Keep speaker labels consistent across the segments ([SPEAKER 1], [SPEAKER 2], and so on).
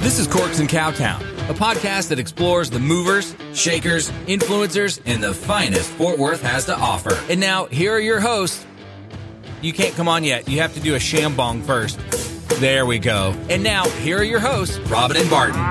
[SPEAKER 1] This is Corks and Cowtown, a podcast that explores the movers, shakers, influencers, and the finest Fort Worth has to offer. And now, here are your hosts. You can't come on yet. You have to do a shambong first. There we go. And now, here are your hosts, Robin and Barton.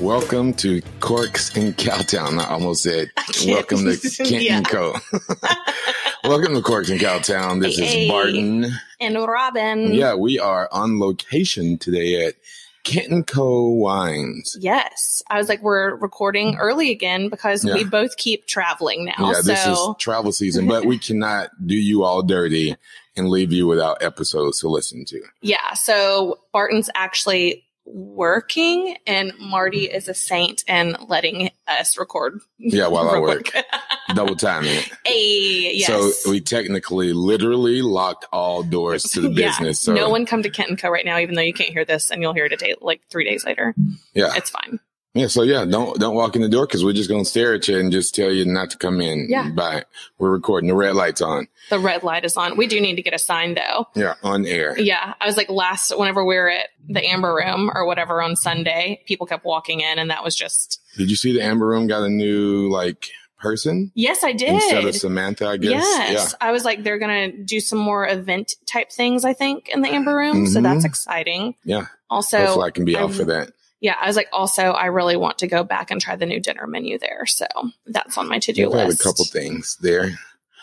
[SPEAKER 2] Welcome to Corks and Cowtown. I almost said,
[SPEAKER 3] can't-
[SPEAKER 2] welcome to Kenton
[SPEAKER 3] Yeah.
[SPEAKER 2] Co. welcome to Corks and Cowtown. This
[SPEAKER 3] Hey. Mm.
[SPEAKER 2] is Barton.
[SPEAKER 3] and Robin.
[SPEAKER 2] Yeah, we are on location today at Kenton Co. Wines.
[SPEAKER 3] Yes. I was like, we're recording early again because
[SPEAKER 2] Yeah.
[SPEAKER 3] we both keep traveling now.
[SPEAKER 2] yeah, this is
[SPEAKER 3] so
[SPEAKER 2] travel season, but we cannot do you all dirty and leave you without episodes to listen to.
[SPEAKER 3] yeah. So Barton's actually working and Marty is a saint and letting us record.
[SPEAKER 2] Yeah, while I work,
[SPEAKER 3] Real quick.
[SPEAKER 2] double timing it.
[SPEAKER 3] hey, yes.
[SPEAKER 2] So we technically, literally locked all doors to the
[SPEAKER 3] Yeah.
[SPEAKER 2] business. So
[SPEAKER 3] No one come to Kent and Co right now, even though you can't hear this, and you'll hear it a day like three days later.
[SPEAKER 2] yeah,
[SPEAKER 3] It's fine.
[SPEAKER 2] Yeah, so yeah, don't don't walk in the door because we're just gonna stare at you and just tell you not to come in.
[SPEAKER 3] Yeah.
[SPEAKER 2] By we're recording the red lights on.
[SPEAKER 3] The red light is on. We do need to get a sign though.
[SPEAKER 2] Yeah, on air.
[SPEAKER 3] Yeah, I was like last whenever we were at the Amber Room or whatever on Sunday, people kept walking in, and that was just
[SPEAKER 2] Did you see the Amber Room got a new like person
[SPEAKER 3] yes, I did.
[SPEAKER 2] instead of Samantha? I guess.
[SPEAKER 3] yes, I was like they're gonna do some more event type things, I think, in the Amber Room, so
[SPEAKER 2] Mhm.
[SPEAKER 3] that's exciting.
[SPEAKER 2] Yeah.
[SPEAKER 3] Also,
[SPEAKER 2] Yeah. Hopefully, I can be out
[SPEAKER 3] I-
[SPEAKER 2] for that.
[SPEAKER 3] yeah, I was like also I really want to go back and try the new dinner menu there, so that's on my to do
[SPEAKER 2] We've had a
[SPEAKER 3] list.
[SPEAKER 2] couple things there.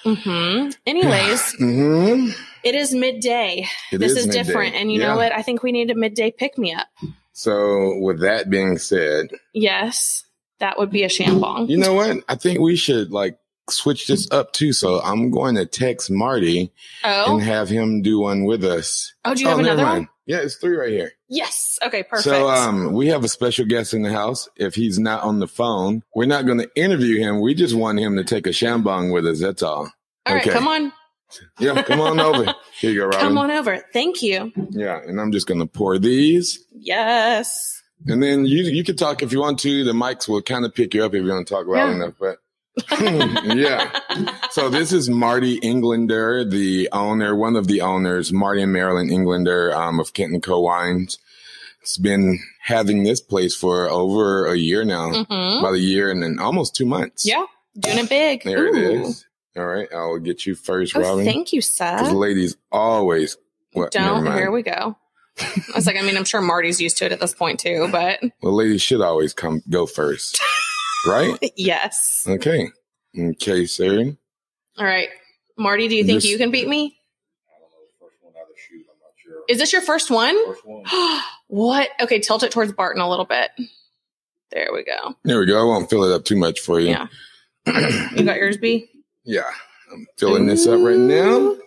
[SPEAKER 3] hmm Anyways,
[SPEAKER 2] Mm-hmm.
[SPEAKER 3] it is midday.
[SPEAKER 2] It
[SPEAKER 3] this is,
[SPEAKER 2] midday.
[SPEAKER 3] different, and you
[SPEAKER 2] Yeah.
[SPEAKER 3] know what? I think we need a midday pick me up.
[SPEAKER 2] So with that being said,
[SPEAKER 3] Yes, that would be a shambong.
[SPEAKER 2] you know what? I think we should like switch this up too. So I'm going to text Marty
[SPEAKER 3] Oh,
[SPEAKER 2] and have him do one with us.
[SPEAKER 3] Oh, do you have
[SPEAKER 2] never
[SPEAKER 3] another one?
[SPEAKER 2] mind. Yeah, it's three right here.
[SPEAKER 3] Yes. Okay, perfect.
[SPEAKER 2] So um, we have a special guest in the house. If he's not on the phone, we're not going to interview him. We just want him to take a shambong with us. That's all.
[SPEAKER 3] All right,
[SPEAKER 2] okay.
[SPEAKER 3] come on.
[SPEAKER 2] Yeah, come on over. Here you go, Robin.
[SPEAKER 3] Come on over. Thank you.
[SPEAKER 2] Yeah, and I'm just going to pour these,
[SPEAKER 3] Yes.
[SPEAKER 2] and then you you can talk if you want to. The mics will kind of pick you up if you don't talk loud
[SPEAKER 3] Yeah.
[SPEAKER 2] enough. But yeah.
[SPEAKER 3] Mm-hmm.
[SPEAKER 2] So this is Marty Englander, the owner, one of the owners, Marty and Marilyn Englander um, of Kenton Co Wines. It's been having this place for over a year now.
[SPEAKER 3] hmm
[SPEAKER 2] about a year and then almost two months.
[SPEAKER 3] Yeah. Doing it big.
[SPEAKER 2] There it
[SPEAKER 3] Ooh.
[SPEAKER 2] is. All right. I'll get you first,
[SPEAKER 3] Oh,
[SPEAKER 2] Robin.
[SPEAKER 3] thank you,
[SPEAKER 2] 'Cause
[SPEAKER 3] Seth.
[SPEAKER 2] ladies always. Well, never
[SPEAKER 3] Don't.
[SPEAKER 2] mind.
[SPEAKER 3] Here we go. I was like, I mean, I'm sure Marty's used to it at this point too, but
[SPEAKER 2] well, ladies should always come go first. right?
[SPEAKER 3] yes.
[SPEAKER 2] Okay. Okay, sir.
[SPEAKER 3] All right. Marty, do you think
[SPEAKER 2] This-
[SPEAKER 3] you can beat me? Is this your first one? what? Okay, tilt it towards Barton a little bit. There we go.
[SPEAKER 2] There we go. I won't fill it up too much for you.
[SPEAKER 3] Yeah. You got yours, B?
[SPEAKER 2] Yeah. I'm filling this up right now.
[SPEAKER 3] Ooh.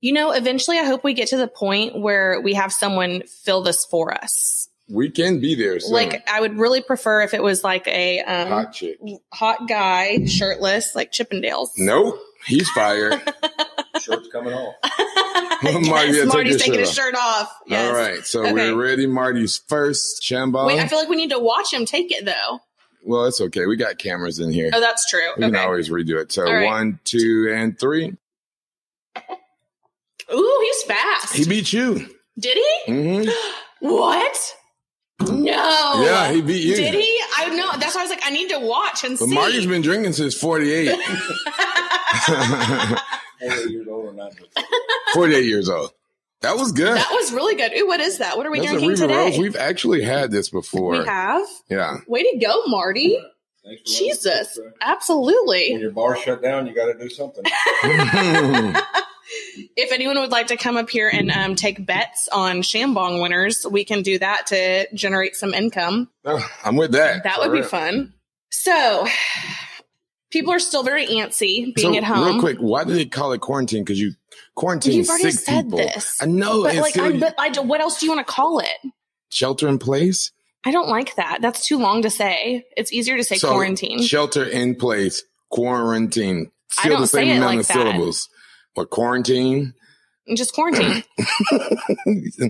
[SPEAKER 3] You know, eventually I hope we get to the point where we have someone fill this for us.
[SPEAKER 2] We can be there. Soon.
[SPEAKER 3] Like I would really prefer if it was like a um,
[SPEAKER 2] hot
[SPEAKER 3] hot.
[SPEAKER 2] chick.
[SPEAKER 3] guy, shirtless, like Chippendales.
[SPEAKER 2] Nope. He's fired.
[SPEAKER 4] shirt's coming off.
[SPEAKER 3] Yes,
[SPEAKER 2] Marty, yeah, take
[SPEAKER 3] Marty's
[SPEAKER 2] your
[SPEAKER 3] taking
[SPEAKER 2] shirt
[SPEAKER 3] his shirt off. Yes.
[SPEAKER 2] All right. Um, So
[SPEAKER 3] Okay.
[SPEAKER 2] we're ready. Marty's first shambon.
[SPEAKER 3] Wait, I feel like we need to watch him take it though.
[SPEAKER 2] well, it's okay. We got cameras in here.
[SPEAKER 3] Oh, that's true.
[SPEAKER 2] We can
[SPEAKER 3] okay.
[SPEAKER 2] always redo it. So
[SPEAKER 3] All right.
[SPEAKER 2] one, two, and three.
[SPEAKER 3] Ooh, he's fast.
[SPEAKER 2] He beat you.
[SPEAKER 3] Did he?
[SPEAKER 2] hmm
[SPEAKER 3] What? No.
[SPEAKER 2] Yeah, he beat you.
[SPEAKER 3] Did he? I know. That's why I was like, I need to watch and
[SPEAKER 2] But
[SPEAKER 3] see.
[SPEAKER 2] Marty's been drinking since 48.
[SPEAKER 4] 48 years old or not.
[SPEAKER 2] 48 years old. That was good.
[SPEAKER 3] That was really good. Ooh, what is that? What are we
[SPEAKER 2] That's a
[SPEAKER 3] drinking
[SPEAKER 2] Ruby
[SPEAKER 3] today?
[SPEAKER 2] Rose. We've actually had this before.
[SPEAKER 3] We have.
[SPEAKER 2] Yeah.
[SPEAKER 3] Way to go, Marty.
[SPEAKER 4] Thanks for
[SPEAKER 3] Jesus.
[SPEAKER 4] letting us know. When
[SPEAKER 3] Absolutely.
[SPEAKER 4] your bar shut down, you got to do something.
[SPEAKER 2] Oh,
[SPEAKER 3] If anyone would like to come up here and um, take bets on Shambong winners, we can do that to generate some income.
[SPEAKER 2] No, I'm with that.
[SPEAKER 3] That would be fun. So, people are still very antsy being
[SPEAKER 2] So,
[SPEAKER 3] at home.
[SPEAKER 2] Real quick, why did they call it quarantine? Because you quarantined
[SPEAKER 3] You've already
[SPEAKER 2] six
[SPEAKER 3] said
[SPEAKER 2] people.
[SPEAKER 3] this.
[SPEAKER 2] I know.
[SPEAKER 3] But
[SPEAKER 2] it's
[SPEAKER 3] like,
[SPEAKER 2] still
[SPEAKER 3] I, but I, don't- what else do you want to call it?
[SPEAKER 2] shelter in place.
[SPEAKER 3] I don't like that. That's too long to say. It's easier to say
[SPEAKER 2] So,
[SPEAKER 3] quarantine.
[SPEAKER 2] Shelter in place. Quarantine.
[SPEAKER 3] I
[SPEAKER 2] Still
[SPEAKER 3] don't
[SPEAKER 2] the same
[SPEAKER 3] say it
[SPEAKER 2] amount
[SPEAKER 3] like
[SPEAKER 2] of
[SPEAKER 3] that.
[SPEAKER 2] syllables. But quarantine.
[SPEAKER 3] Just quarantine.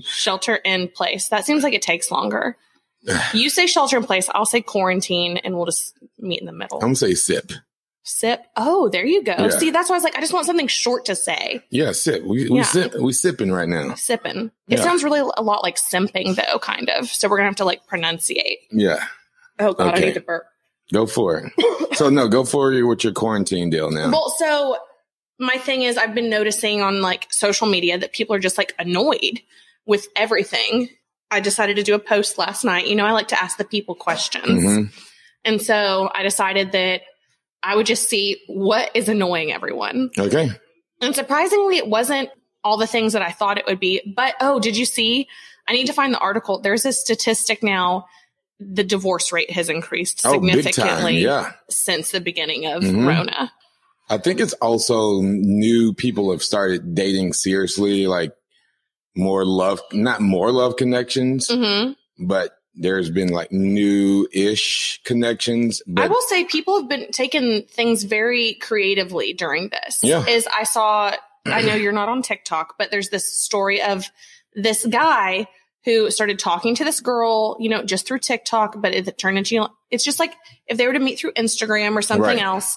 [SPEAKER 3] shelter in place. That seems like it takes longer. You say shelter in place, I'll say quarantine, and we'll just meet in the middle.
[SPEAKER 2] I'm gonna say sip.
[SPEAKER 3] Sip. Oh, there you go.
[SPEAKER 2] Um, Yeah.
[SPEAKER 3] See, that's why I was like, I just want something short to say.
[SPEAKER 2] Yeah, sip. We we
[SPEAKER 3] Yeah.
[SPEAKER 2] sip. We sipping right now.
[SPEAKER 3] Sipping. It
[SPEAKER 2] Yeah.
[SPEAKER 3] sounds really a lot like simping, though, kind of. So we're gonna have to like pronunciate.
[SPEAKER 2] Yeah,
[SPEAKER 3] Oh god, I
[SPEAKER 2] Okay.
[SPEAKER 3] need to burp.
[SPEAKER 2] go for it. so no, go for it with your quarantine deal now.
[SPEAKER 3] Well, so my thing is, I've been noticing on like social media that people are just like annoyed with everything. I decided to do a post last night. You know, I like to ask the people questions.
[SPEAKER 2] Mhm.
[SPEAKER 3] And so I decided that I would just see what is annoying everyone.
[SPEAKER 2] Okay. Oh,
[SPEAKER 3] And surprisingly, it wasn't all the things that I thought it would be. But oh, did you see? I need to find the article. There's a statistic now the divorce rate has increased
[SPEAKER 2] Oh, big time.
[SPEAKER 3] significantly
[SPEAKER 2] Yeah.
[SPEAKER 3] since the beginning of
[SPEAKER 2] Mhm.
[SPEAKER 3] Rona.
[SPEAKER 2] I think it's also new people have started dating seriously, like more love, not more love connections,
[SPEAKER 3] hmm
[SPEAKER 2] but there's been like new ish connections.
[SPEAKER 3] I
[SPEAKER 2] But
[SPEAKER 3] will say people have been taking things very creatively during this.
[SPEAKER 2] Yeah.
[SPEAKER 3] Is I saw I know you're not on TikTok, but there's this story of this guy who started talking to this girl, you know, just through TikTok, but it turned into it's just like if they were to meet through Instagram or something
[SPEAKER 2] Right.
[SPEAKER 3] else,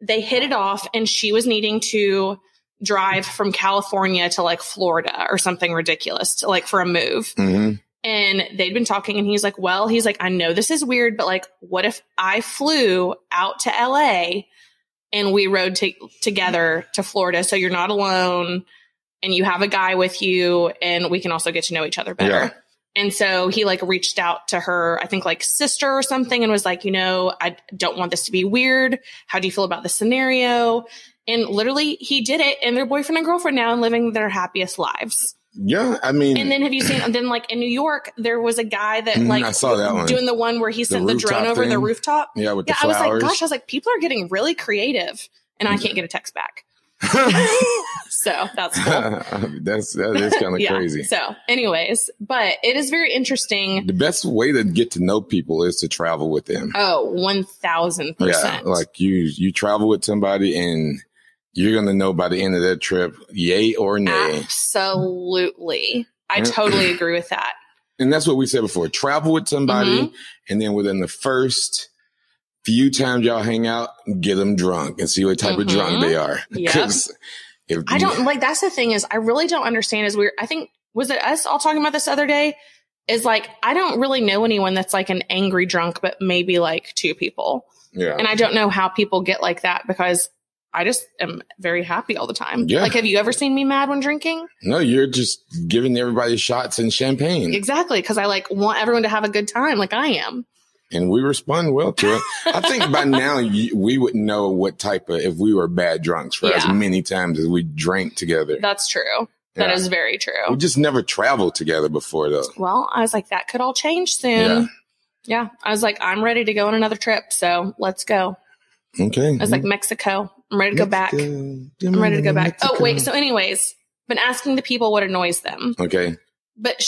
[SPEAKER 3] they hit it off and she was needing to drive from California to like Florida or something ridiculous, to, like for a move.
[SPEAKER 2] Mhm.
[SPEAKER 3] And they'd been talking, and he's like, Well, he's like, I know this is weird, but like, what if I flew out to LA and we rode to- together to Florida so you're not alone and you have a guy with you and we can also get to know each other better?
[SPEAKER 2] Yeah.
[SPEAKER 3] And so he like reached out to her, I think like sister or something, and was like, You know, I don't want this to be weird. How do you feel about the scenario? And literally, he did it, and they're boyfriend and girlfriend now and living their happiest lives.
[SPEAKER 2] yeah, I mean,
[SPEAKER 3] And then have you seen? And then like in New York, there was a guy that
[SPEAKER 2] Mhm,
[SPEAKER 3] like
[SPEAKER 2] I saw that one.
[SPEAKER 3] doing the one where he sent the,
[SPEAKER 2] rooftop
[SPEAKER 3] drone over the
[SPEAKER 2] thing.
[SPEAKER 3] rooftop.
[SPEAKER 2] yeah, with
[SPEAKER 3] Yeah,
[SPEAKER 2] the
[SPEAKER 3] I was
[SPEAKER 2] flowers.
[SPEAKER 3] like, gosh, I was like, people are getting really creative, and I can't get a text back. so that's cool.
[SPEAKER 2] that's that is kind of
[SPEAKER 3] yeah.
[SPEAKER 2] crazy.
[SPEAKER 3] So, anyways, but it is very interesting.
[SPEAKER 2] The best way to get to know people is to travel with them.
[SPEAKER 3] Oh, one thousand
[SPEAKER 2] Yeah,
[SPEAKER 3] percent.
[SPEAKER 2] like you you travel with somebody and you're gonna know by the end of that trip, yay
[SPEAKER 3] Ah.
[SPEAKER 2] or nay.
[SPEAKER 3] absolutely. I
[SPEAKER 2] Yeah.
[SPEAKER 3] totally agree with that.
[SPEAKER 2] and that's what we said before travel with somebody
[SPEAKER 3] Mm-hmm.
[SPEAKER 2] and then within the first few times y'all hang out get them drunk and see what type of drunk
[SPEAKER 3] Mhm.
[SPEAKER 2] they are
[SPEAKER 3] Yep.
[SPEAKER 2] 'Cause if
[SPEAKER 3] I don't like that's the thing is I really don't understand is we're I think was it us all talking about this the other day? Is like I don't really know anyone that's like an angry drunk, but maybe like two people.
[SPEAKER 2] yeah
[SPEAKER 3] And I don't know how people get like that because I just am very happy all the time.
[SPEAKER 2] Yeah.
[SPEAKER 3] Like have you ever seen me mad when drinking?
[SPEAKER 2] no you're just giving everybody shots and champagne
[SPEAKER 3] Exactly, because I like want everyone to have a good time like I am.
[SPEAKER 2] and we respond well to it i think by now you, we would know what type of if we were bad drunks for as
[SPEAKER 3] Yeah.
[SPEAKER 2] many times as we drank together
[SPEAKER 3] That's true. That is
[SPEAKER 2] Yeah.
[SPEAKER 3] very true.
[SPEAKER 2] we just never traveled together before though
[SPEAKER 3] well, I was like that could all change
[SPEAKER 2] Yeah.
[SPEAKER 3] soon. yeah. I was like I'm ready to go on another trip, so let's go.
[SPEAKER 2] okay
[SPEAKER 3] I was like Mexico. I'm ready to go back. I'm ready to
[SPEAKER 2] Mm,
[SPEAKER 3] go back. Oh wait. So, anyways, been asking the people what annoys them,
[SPEAKER 2] okay
[SPEAKER 3] but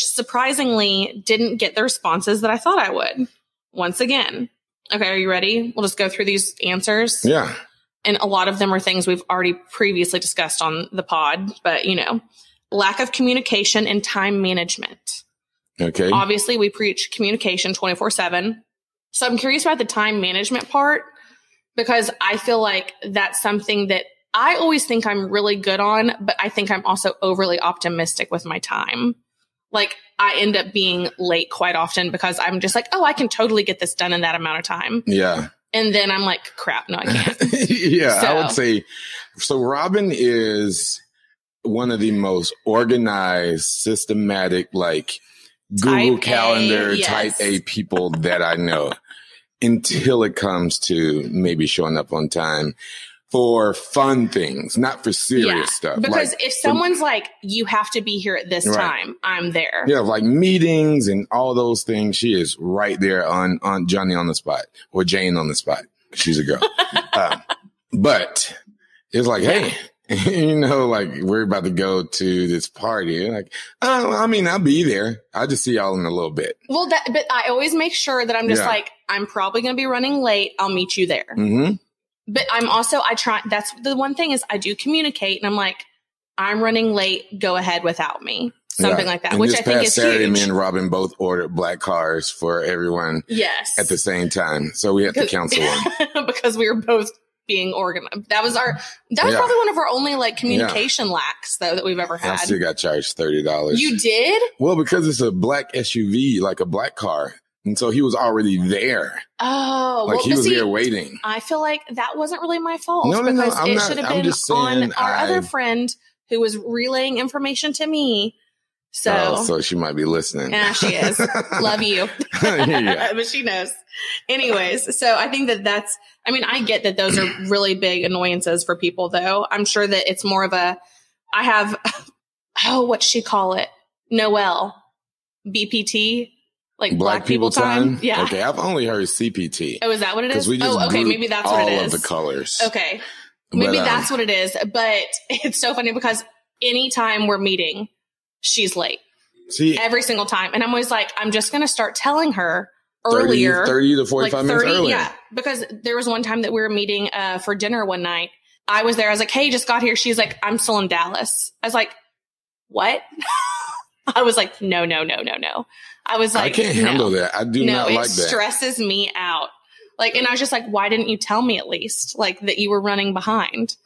[SPEAKER 3] surprisingly, didn't get the responses that I thought I would. Once again. Okay, are you ready? We'll just go through these answers,
[SPEAKER 2] yeah
[SPEAKER 3] and a lot of them are things we've already previously discussed on the pod. But you know, lack of communication and time management.
[SPEAKER 2] okay
[SPEAKER 3] Obviously, we preach communication 24 7. So I'm curious about the time management part because I feel like that's something that I always think I'm really good on, but I think I'm also overly optimistic with my time. Like I end up being late quite often because I'm just like, oh, I can totally get this done in that amount of time.
[SPEAKER 2] yeah
[SPEAKER 3] And then I'm like, crap, no, I can't.
[SPEAKER 2] yeah, I would
[SPEAKER 3] So-
[SPEAKER 2] say so. Robin is one of the most organized, systematic, like Google
[SPEAKER 3] Type A,
[SPEAKER 2] Calendar
[SPEAKER 3] yes.
[SPEAKER 2] type A people that I know until it comes to maybe showing up on time for fun things, not for serious
[SPEAKER 3] Yeah,
[SPEAKER 2] stuff.
[SPEAKER 3] Because
[SPEAKER 2] like,
[SPEAKER 3] if someone's like, you have to be here at this
[SPEAKER 2] Right.
[SPEAKER 3] time, I'm there.
[SPEAKER 2] yeah, like meetings and all those things. She is right there on on Johnny on the spot or Jane on the spot. She's a girl. uh, but it's like, hey, you know, like we're about to go to this party. You're like, oh, I mean, I'll be there. I'll just see y'all in a little bit.
[SPEAKER 3] Well, that, but I always make sure that I'm just
[SPEAKER 2] Yeah.
[SPEAKER 3] like, I'm probably going to be running late. I'll meet you there.
[SPEAKER 2] hmm
[SPEAKER 3] But I'm also, I try, that's the one thing is I do communicate and I'm like, I'm running late. Go ahead without me. Something like that,
[SPEAKER 2] and
[SPEAKER 3] which
[SPEAKER 2] this
[SPEAKER 3] I think
[SPEAKER 2] past
[SPEAKER 3] is
[SPEAKER 2] Saturday,
[SPEAKER 3] huge.
[SPEAKER 2] me and Robin both ordered black cars for everyone
[SPEAKER 3] yes.
[SPEAKER 2] at the same time, so we had to cancel one.
[SPEAKER 3] because we were both being organized. That was our that was
[SPEAKER 2] Yeah.
[SPEAKER 3] probably one of our only like communication lacks though that we've ever
[SPEAKER 2] I
[SPEAKER 3] had.
[SPEAKER 2] still got charged thirty dollars.
[SPEAKER 3] You did?
[SPEAKER 2] Well, because it's a black SUV, like a black car, and so he was already there,
[SPEAKER 3] Oh,
[SPEAKER 2] like
[SPEAKER 3] well,
[SPEAKER 2] he
[SPEAKER 3] but
[SPEAKER 2] was
[SPEAKER 3] see,
[SPEAKER 2] there waiting.
[SPEAKER 3] I feel like that wasn't really my fault
[SPEAKER 2] No, no, no,
[SPEAKER 3] because
[SPEAKER 2] I'm
[SPEAKER 3] it
[SPEAKER 2] not-
[SPEAKER 3] should have
[SPEAKER 2] I'm
[SPEAKER 3] been
[SPEAKER 2] just
[SPEAKER 3] on
[SPEAKER 2] saying
[SPEAKER 3] our
[SPEAKER 2] I-
[SPEAKER 3] other friend who was relaying information to me. So,
[SPEAKER 2] oh, so she might be listening.
[SPEAKER 3] Yeah, she is. love you.
[SPEAKER 2] yeah.
[SPEAKER 3] but she knows. Anyways, so I think that that's, I mean, I get that those are really big annoyances for people, though. I'm sure that it's more of a, I have, oh, what she call it? Noel, BPT, like
[SPEAKER 2] Black, people, time.
[SPEAKER 3] Yeah.
[SPEAKER 2] Okay, I've only heard CPT
[SPEAKER 3] Oh, is that what it
[SPEAKER 2] because
[SPEAKER 3] is?
[SPEAKER 2] we just
[SPEAKER 3] Oh, okay.
[SPEAKER 2] group
[SPEAKER 3] Maybe that's
[SPEAKER 2] all
[SPEAKER 3] what it is.
[SPEAKER 2] of the colors.
[SPEAKER 3] Okay. Maybe
[SPEAKER 2] But, um,
[SPEAKER 3] that's what it is. But it's so funny because anytime we're meeting, she's late
[SPEAKER 2] see
[SPEAKER 3] every single time. And I'm always like, I'm just going to start telling her
[SPEAKER 2] 30
[SPEAKER 3] earlier.
[SPEAKER 2] 30 to forty five minutes earlier.
[SPEAKER 3] Yeah, because there was one time that we were meeting uh, for dinner one night. I was there. I was like, "Hey, just got here." She's like, "I'm still in Dallas." I was like, "What?" I was like, "No, no, no, no, no." I was like,
[SPEAKER 2] I can't handle that. I do
[SPEAKER 3] No,
[SPEAKER 2] not
[SPEAKER 3] it
[SPEAKER 2] like that.
[SPEAKER 3] stresses me out. Like, and I was just like, "Why didn't you tell me at least like that you were running behind?"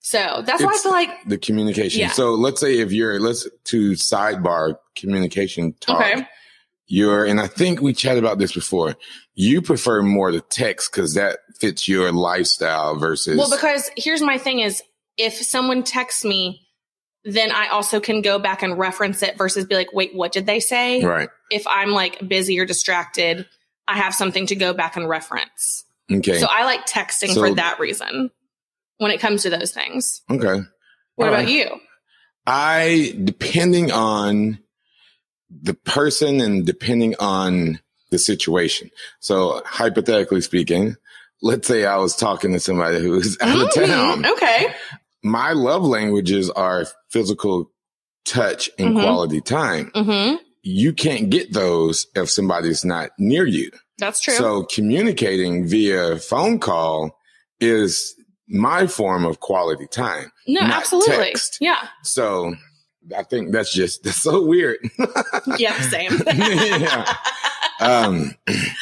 [SPEAKER 3] So that's why I
[SPEAKER 2] It's-
[SPEAKER 3] feel like
[SPEAKER 2] the communication.
[SPEAKER 3] Yeah.
[SPEAKER 2] So let's say if you're let's to sidebar communication talk.
[SPEAKER 3] Okay.
[SPEAKER 2] You're and I think we chatted about this before. You prefer more to text because that fits your lifestyle versus
[SPEAKER 3] Well, because here's my thing is if someone texts me, then I also can go back and reference it versus be like, wait, what did they say?
[SPEAKER 2] right.
[SPEAKER 3] If I'm like busy or distracted, I have something to go back and reference.
[SPEAKER 2] Okay.
[SPEAKER 3] So I like texting
[SPEAKER 2] So-
[SPEAKER 3] for that reason when it comes to those things.
[SPEAKER 2] okay.
[SPEAKER 3] What
[SPEAKER 2] All
[SPEAKER 3] about
[SPEAKER 2] right.
[SPEAKER 3] you?
[SPEAKER 2] I depending on the person and depending on the situation. So hypothetically speaking, let's say I was talking to somebody who's out of
[SPEAKER 3] Mhm.
[SPEAKER 2] town.
[SPEAKER 3] Okay.
[SPEAKER 2] my love languages are physical touch and
[SPEAKER 3] Mhm.
[SPEAKER 2] quality time.
[SPEAKER 3] Mm-hmm.
[SPEAKER 2] You can't get those if somebody's not near you.
[SPEAKER 3] That's true.
[SPEAKER 2] So communicating via phone call is my form of quality time.
[SPEAKER 3] no,
[SPEAKER 2] not
[SPEAKER 3] absolutely.
[SPEAKER 2] text.
[SPEAKER 3] Yeah.
[SPEAKER 2] So I think that's just that's so weird.
[SPEAKER 3] Yeah. Same.
[SPEAKER 2] Yeah. um,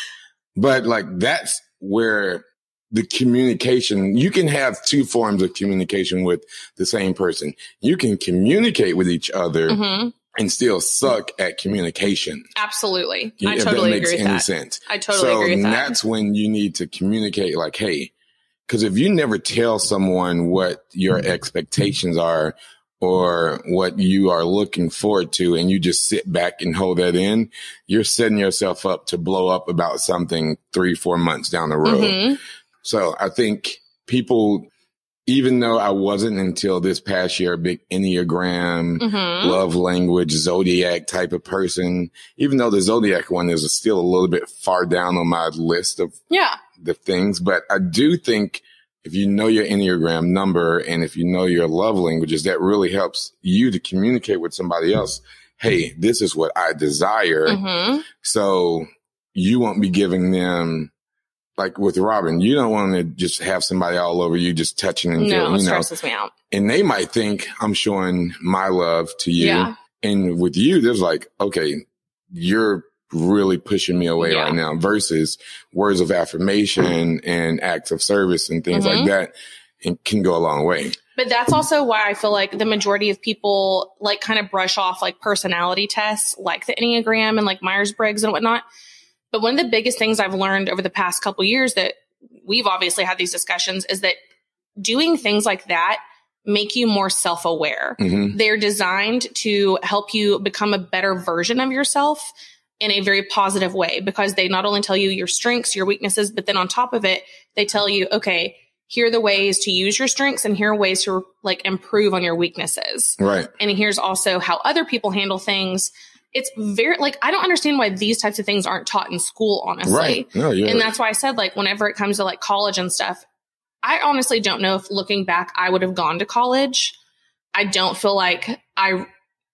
[SPEAKER 2] but like that's where the communication, you can have two forms of communication with the same person. You can communicate with each other
[SPEAKER 3] hmm
[SPEAKER 2] and still suck at communication.
[SPEAKER 3] Absolutely. I
[SPEAKER 2] if
[SPEAKER 3] totally
[SPEAKER 2] that makes
[SPEAKER 3] agree with
[SPEAKER 2] any
[SPEAKER 3] that.
[SPEAKER 2] sense.
[SPEAKER 3] I totally
[SPEAKER 2] so
[SPEAKER 3] agree with that.
[SPEAKER 2] that's when you need to communicate like, Hey, cause if you never tell someone what your
[SPEAKER 3] Mm.
[SPEAKER 2] expectations are or what you are looking forward to and you just sit back and hold that in, you're setting yourself up to blow up about something three, four months down the road.
[SPEAKER 3] Mhm.
[SPEAKER 2] So I think people, even though I wasn't until this past year, a big Enneagram,
[SPEAKER 3] Mhm.
[SPEAKER 2] love language zodiac type of person even though the zodiac one is still a little bit far down on my list of
[SPEAKER 3] Yeah.
[SPEAKER 2] the things but i do think if you know your enneagram number and if you know your love languages that really helps you to communicate with somebody else hey this is what i desire
[SPEAKER 3] hmm
[SPEAKER 2] Mm-hmm. so you won't be giving them like with robin you don't want to just have somebody all over you just touching and feeling
[SPEAKER 3] No, it
[SPEAKER 2] you know
[SPEAKER 3] stresses me out.
[SPEAKER 2] and they might think i'm showing my love to you
[SPEAKER 3] Yeah.
[SPEAKER 2] and with you, there's like, okay, you're really pushing me away
[SPEAKER 3] Yeah.
[SPEAKER 2] right now versus words of affirmation and acts of service and things like
[SPEAKER 3] Mhm.
[SPEAKER 2] that. It can go a long way.
[SPEAKER 3] But that's also why I feel like the majority of people like kind of brush off like personality tests, like the Enneagram and like Myers Briggs and whatnot. But one of the biggest things I've learned over the past couple years that we've obviously had these discussions is that doing things like that make you more self aware.
[SPEAKER 2] hmm
[SPEAKER 3] They're designed to help you become a better version of yourself in a very positive way because they not only tell you your strengths, your weaknesses, but then on top of it, they tell you, okay, here are the ways to use your strengths and here are ways to like improve on your weaknesses.
[SPEAKER 2] Right.
[SPEAKER 3] And here's also how other people handle things. It's very like I don't understand why these types of things aren't taught in school, honestly.
[SPEAKER 2] Right. No, you're
[SPEAKER 3] And that's why I said, like, whenever it comes to like college and stuff, I honestly don't know if looking back, I would have gone to college. I don't feel like I,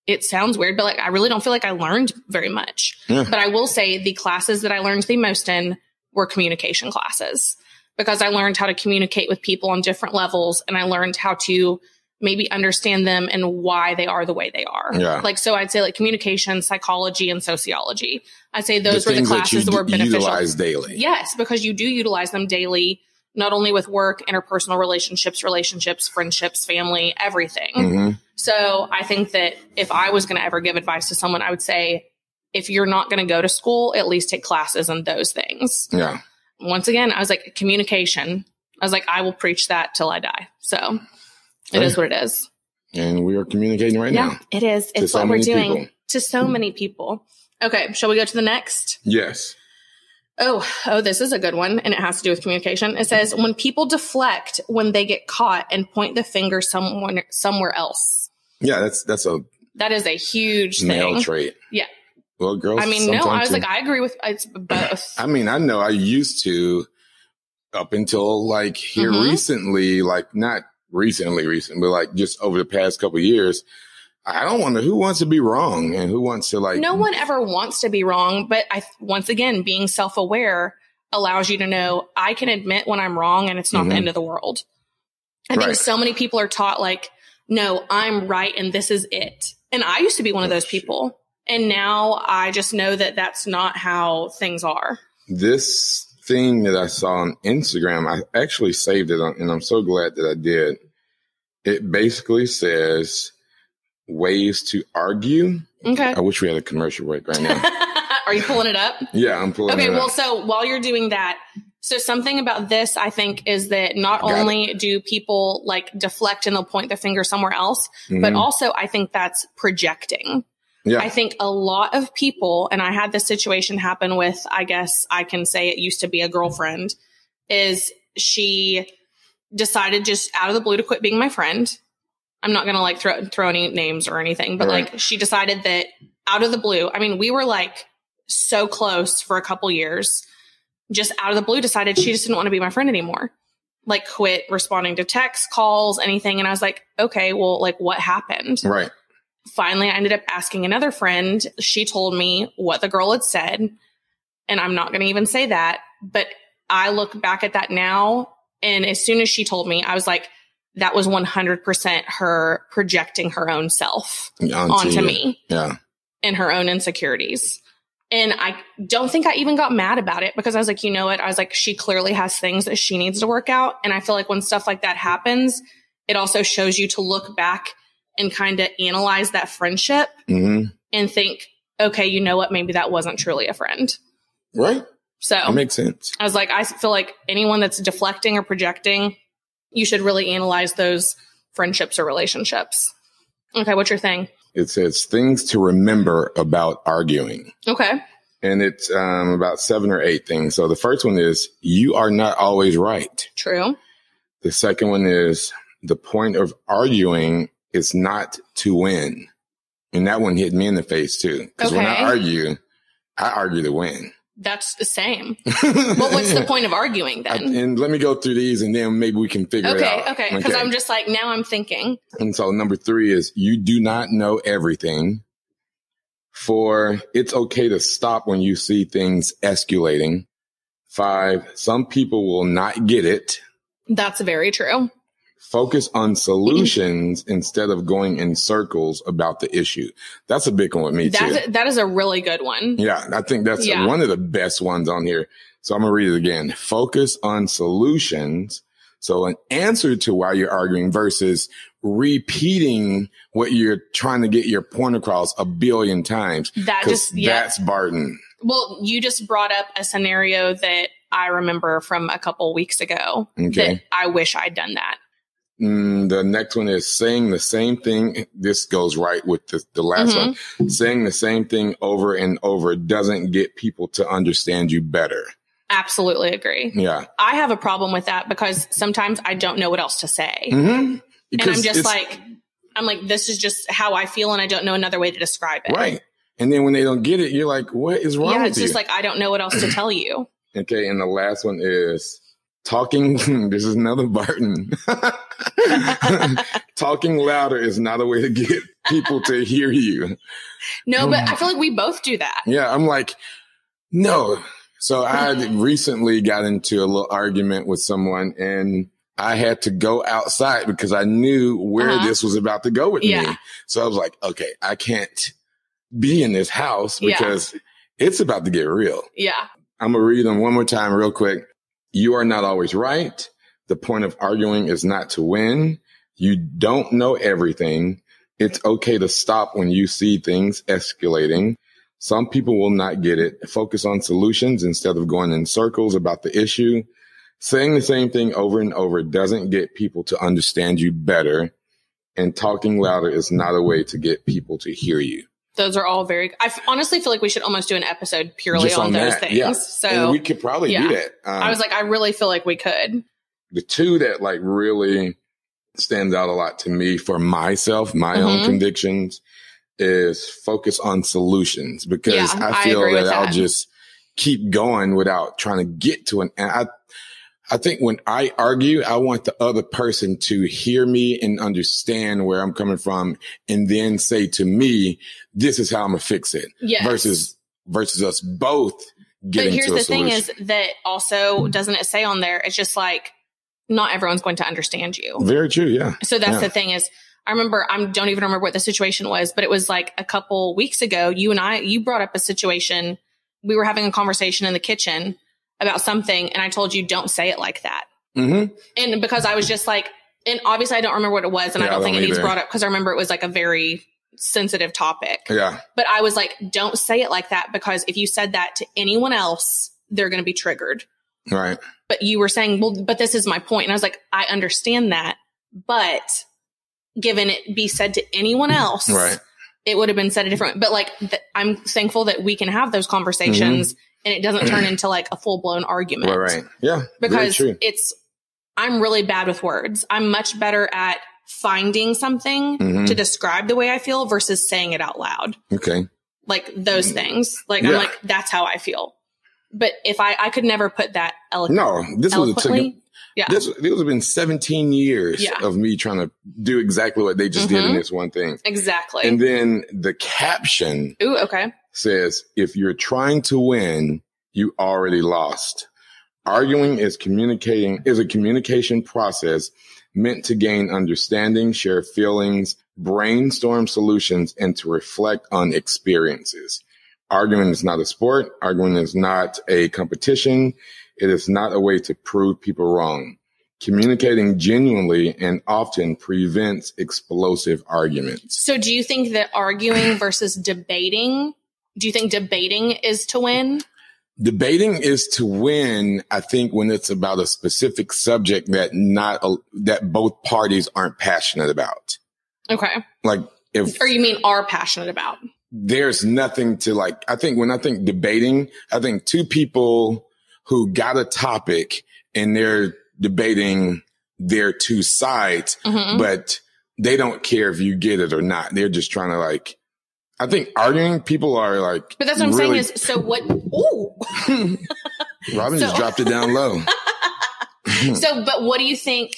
[SPEAKER 3] it sounds weird, but like, I really don't feel like I learned very much.
[SPEAKER 2] Yeah.
[SPEAKER 3] But I will say the classes that I learned the most in were communication classes because I learned how to communicate with people on different levels and I learned how to maybe understand them and why they are the way they are.
[SPEAKER 2] Yeah.
[SPEAKER 3] Like, so I'd say like communication, psychology, and sociology. I'd say those
[SPEAKER 2] the
[SPEAKER 3] were the
[SPEAKER 2] things that you
[SPEAKER 3] classes that, were
[SPEAKER 2] d-
[SPEAKER 3] beneficial.
[SPEAKER 2] utilize daily.
[SPEAKER 3] Yes, because you do utilize them daily not only with work, interpersonal relationships, relationships, friendships, family, everything.
[SPEAKER 2] hmm
[SPEAKER 3] So I think that if I was going to ever give advice to someone, I would say, if you're not going to go to school, at least take classes on those things.
[SPEAKER 2] Yeah.
[SPEAKER 3] Once again, I was like, communication. I was like, I will preach that till I die. So it
[SPEAKER 2] Right.
[SPEAKER 3] is what it is.
[SPEAKER 2] And we are communicating right
[SPEAKER 3] yeah,
[SPEAKER 2] now.
[SPEAKER 3] it is.
[SPEAKER 2] to
[SPEAKER 3] It's
[SPEAKER 2] so
[SPEAKER 3] what we're
[SPEAKER 2] many
[SPEAKER 3] doing
[SPEAKER 2] people. Mm.
[SPEAKER 3] to so many people. Okay, shall we go to the next?
[SPEAKER 2] Yes.
[SPEAKER 3] Oh, oh, this is a good one, and it has to do with communication. It says when people deflect when they get caught and point the finger someone somewhere else.
[SPEAKER 2] Yeah, that's that's a
[SPEAKER 3] That is a huge
[SPEAKER 2] male
[SPEAKER 3] thing.
[SPEAKER 2] trait.
[SPEAKER 3] Yeah.
[SPEAKER 2] Well, girls.
[SPEAKER 3] I mean, no, I
[SPEAKER 2] sometimes
[SPEAKER 3] was
[SPEAKER 2] too.
[SPEAKER 3] like, I agree with it's both.
[SPEAKER 2] I mean, I know I used to up until like here
[SPEAKER 3] Mhm.
[SPEAKER 2] recently, like not recently, recent, but like just over the past couple of years. I don't want to. Who wants to be wrong and who wants to like?
[SPEAKER 3] no one ever wants to be wrong, but I once again being self aware allows you to know I can admit when I'm wrong, and it's not the
[SPEAKER 2] Mhm.
[SPEAKER 3] end of the world. I
[SPEAKER 2] Right.
[SPEAKER 3] think so many people are taught like, no, I'm right, and this is it. And I used to be one of
[SPEAKER 2] Oh,
[SPEAKER 3] those
[SPEAKER 2] shit.
[SPEAKER 3] people, and now I just know that that's not how things are.
[SPEAKER 2] This thing that I saw on Instagram, I actually saved it, on, and I'm so glad that I did. It basically says ways to argue.
[SPEAKER 3] Okay,
[SPEAKER 2] I wish we had a commercial break right now.
[SPEAKER 3] are you pulling it up?
[SPEAKER 2] yeah, I'm pulling.
[SPEAKER 3] Okay,
[SPEAKER 2] it up.
[SPEAKER 3] well, so while you're doing that, so something about this I think is that not
[SPEAKER 2] Got it.
[SPEAKER 3] only do people like deflect and they'll point their finger somewhere else, but
[SPEAKER 2] Mhm.
[SPEAKER 3] also I think that's projecting.
[SPEAKER 2] yeah,
[SPEAKER 3] I think a lot of people, and I had this situation happen with, I guess I can say it used to be a girlfriend, is she decided just out of the blue to quit being my friend. I'm not gonna like throw throw any names or anything, but
[SPEAKER 2] Right.
[SPEAKER 3] like she decided that out of the blue. I mean, we were like so close for a couple years. Just out of the blue, decided she just didn't want to be my friend anymore. Like, quit responding to texts, calls, anything. And I was like, okay, well, like, what happened?
[SPEAKER 2] right.
[SPEAKER 3] finally I ended up asking another friend. She told me what the girl had said, and I'm not going to even say that, but I look back at that now and as soon as she told me, I was like that was 100% her projecting her own self
[SPEAKER 2] Onto,
[SPEAKER 3] onto
[SPEAKER 2] you.
[SPEAKER 3] me
[SPEAKER 2] Yeah,
[SPEAKER 3] and her own insecurities. And I don't think I even got mad about it because I was like, you know what? I was like, she clearly has things that she needs to work out. And I feel like when stuff like that happens, it also shows you to look back and kind of analyze that friendship
[SPEAKER 2] hmm
[SPEAKER 3] and think, okay, you know what? Maybe that wasn't truly a friend.
[SPEAKER 2] right.
[SPEAKER 3] So
[SPEAKER 2] That makes sense.
[SPEAKER 3] I was like, I feel like anyone that's deflecting or projecting, you should really analyze those friendships or relationships. Okay, what's your thing?
[SPEAKER 2] It says things to remember about arguing.
[SPEAKER 3] Okay.
[SPEAKER 2] And it's um, about seven or eight things. So the first one is you are not always right.
[SPEAKER 3] True.
[SPEAKER 2] The second one is the point of arguing is not to win. And that one hit me in the face too. Because when I
[SPEAKER 3] Okay.
[SPEAKER 2] argue, I argue to win.
[SPEAKER 3] That's the same.
[SPEAKER 2] well,
[SPEAKER 3] Well, what's the point of arguing then?
[SPEAKER 2] and let me go through these and then maybe we can figure it
[SPEAKER 3] Okay,
[SPEAKER 2] out.
[SPEAKER 3] okay. Because I'm just like, now I'm thinking.
[SPEAKER 2] And so number three is you do not know everything. Four, it's okay to stop when you see things escalating. Five, some people will not get it.
[SPEAKER 3] That's very true.
[SPEAKER 2] Focus on solutions instead of going in circles about the issue. That's a big one with me too.
[SPEAKER 3] That's, that is a really good one.
[SPEAKER 2] Yeah, I think that's
[SPEAKER 3] Yeah.
[SPEAKER 2] one of the best ones on here. So I'm gonna read it again. Focus on solutions. So an answer to why you're arguing versus repeating what you're trying to get your point across a billion times.
[SPEAKER 3] That
[SPEAKER 2] 'Cause
[SPEAKER 3] just, yeah.
[SPEAKER 2] that's Barton.
[SPEAKER 3] Well, you just brought up a scenario that I remember from a couple weeks ago that
[SPEAKER 2] Okay.
[SPEAKER 3] I wish I'd done that.
[SPEAKER 2] Mm, the next one is saying the same thing. This goes right with the, the last
[SPEAKER 3] Mhm.
[SPEAKER 2] one. Saying the same thing over and over doesn't get people to understand you better.
[SPEAKER 3] Absolutely agree.
[SPEAKER 2] Yeah.
[SPEAKER 3] I have a problem with that because sometimes I don't know what else to say.
[SPEAKER 2] Mm-hmm.
[SPEAKER 3] And I'm just like, I'm like, this is just how I feel, and I don't know another way to describe it.
[SPEAKER 2] Right. And then when they don't get it, you're like, what is wrong
[SPEAKER 3] Yeah,
[SPEAKER 2] with
[SPEAKER 3] it's
[SPEAKER 2] you?
[SPEAKER 3] just like, I don't know what else to tell you.
[SPEAKER 2] okay. And the last one is talking. this is another Barton. talking louder is not a way to get people to hear you.
[SPEAKER 3] No,
[SPEAKER 2] Oh,
[SPEAKER 3] but I feel like we both do that.
[SPEAKER 2] Yeah. I'm like, no. So I recently got into a little argument with someone and I had to go outside because I knew where
[SPEAKER 3] Uh-huh.
[SPEAKER 2] this was about to go with
[SPEAKER 3] Yeah.
[SPEAKER 2] me. So I was like, okay, I can't be in this house
[SPEAKER 3] Yeah.
[SPEAKER 2] because it's about to get real.
[SPEAKER 3] Yeah.
[SPEAKER 2] I'm gonna read them one more time real quick. You are not always right. The point of arguing is not to win. You don't know everything. It's okay to stop when you see things escalating. Some people will not get it. Focus on solutions instead of going in circles about the issue. Saying the same thing over and over doesn't get people to understand you better. And talking louder is not a way to get people to hear you.
[SPEAKER 3] Those are all very. I f- honestly feel like we should almost do an episode purely
[SPEAKER 2] Just
[SPEAKER 3] on, those
[SPEAKER 2] that,
[SPEAKER 3] things.
[SPEAKER 2] yeah.
[SPEAKER 3] So
[SPEAKER 2] and we could probably
[SPEAKER 3] yeah.
[SPEAKER 2] do that. Um,
[SPEAKER 3] I was like, I really feel like we could.
[SPEAKER 2] the two that like really stands out a lot to me for myself, my own
[SPEAKER 3] Mhm.
[SPEAKER 2] convictions is focus on solutions because
[SPEAKER 3] Yeah,
[SPEAKER 2] I
[SPEAKER 3] I
[SPEAKER 2] feel
[SPEAKER 3] agree
[SPEAKER 2] that,
[SPEAKER 3] with
[SPEAKER 2] I'll
[SPEAKER 3] that.
[SPEAKER 2] just keep going without trying to get to an, and I, I think when I argue, I want the other person to hear me and understand where I'm coming from and then say to me, this is how I'm gonna fix it
[SPEAKER 3] Yes.
[SPEAKER 2] versus, versus us both
[SPEAKER 3] But
[SPEAKER 2] getting
[SPEAKER 3] here's
[SPEAKER 2] to a
[SPEAKER 3] the
[SPEAKER 2] solution.
[SPEAKER 3] thing is that also doesn't it say on there? It's just like not everyone's going to understand you.
[SPEAKER 2] Very true. Yeah.
[SPEAKER 3] So that's
[SPEAKER 2] Mm, Yeah.
[SPEAKER 3] the thing is I remember I don't even remember what the situation was, but it was like a couple weeks ago. You and I you brought up a situation. We were having a conversation in the kitchen about something, and I told you don't say it like that.
[SPEAKER 2] hmm
[SPEAKER 3] And because I was just like, and obviously I don't remember what it was, and
[SPEAKER 2] Yeah,
[SPEAKER 3] I don't
[SPEAKER 2] I
[SPEAKER 3] think
[SPEAKER 2] don't
[SPEAKER 3] it needs
[SPEAKER 2] either.
[SPEAKER 3] brought up because I remember it was like a very sensitive topic.
[SPEAKER 2] Yeah.
[SPEAKER 3] But I was like, don't say it like that because if you said that to anyone else, they're going to be triggered.
[SPEAKER 2] Right.
[SPEAKER 3] But you were saying, well, but this is my point. And I was like, I understand that. But given it be said to anyone else,
[SPEAKER 2] Mm-hmm. Right.
[SPEAKER 3] it would have been said a different But like, th- I'm thankful that we can have those conversations and it doesn't turn into like a full blown argument.
[SPEAKER 2] Right, Mm-hmm. right. Yeah.
[SPEAKER 3] Because
[SPEAKER 2] very true.
[SPEAKER 3] it's, I'm really bad with words. I'm much better at finding something
[SPEAKER 2] Mhm.
[SPEAKER 3] to describe the way I feel versus saying it out loud
[SPEAKER 2] Okay.
[SPEAKER 3] like those things. Like I'm
[SPEAKER 2] Mm. Yeah.
[SPEAKER 3] like that's how I feel. But if I I could never put that eloquent,
[SPEAKER 2] No, this was a
[SPEAKER 3] eloquently. yeah.
[SPEAKER 2] this this has been 17 years
[SPEAKER 3] Yeah. Mm-hmm.
[SPEAKER 2] of me trying to do exactly what they just did in this one thing.
[SPEAKER 3] exactly.
[SPEAKER 2] And then the caption
[SPEAKER 3] Ooh, okay.
[SPEAKER 2] says, if you're trying to win, you already lost. Arguing is communicating is a communication process meant to gain understanding, share feelings, brainstorm solutions, and to reflect on experiences. Arguing is not a sport. Arguing is not a competition. It is not a way to prove people wrong. Communicating genuinely and often prevents explosive arguments.
[SPEAKER 3] So do you think that arguing versus debating? Do you think debating is to win?
[SPEAKER 2] debating is to win i think when it's about a specific subject that not that both parties aren't passionate about
[SPEAKER 3] Okay.
[SPEAKER 2] like if
[SPEAKER 3] Or you mean are passionate about?
[SPEAKER 2] there's nothing to like i think when i think debating i think two people who got a topic and they're debating their two sides
[SPEAKER 3] Mhm.
[SPEAKER 2] but they don't care if you get it or not they're just trying to like i think arguing people are like
[SPEAKER 3] But that's what I'm
[SPEAKER 2] really-
[SPEAKER 3] saying is so what? Ooh.
[SPEAKER 2] robin just
[SPEAKER 3] So-
[SPEAKER 2] dropped it down low Hmm.
[SPEAKER 3] so but what do you think?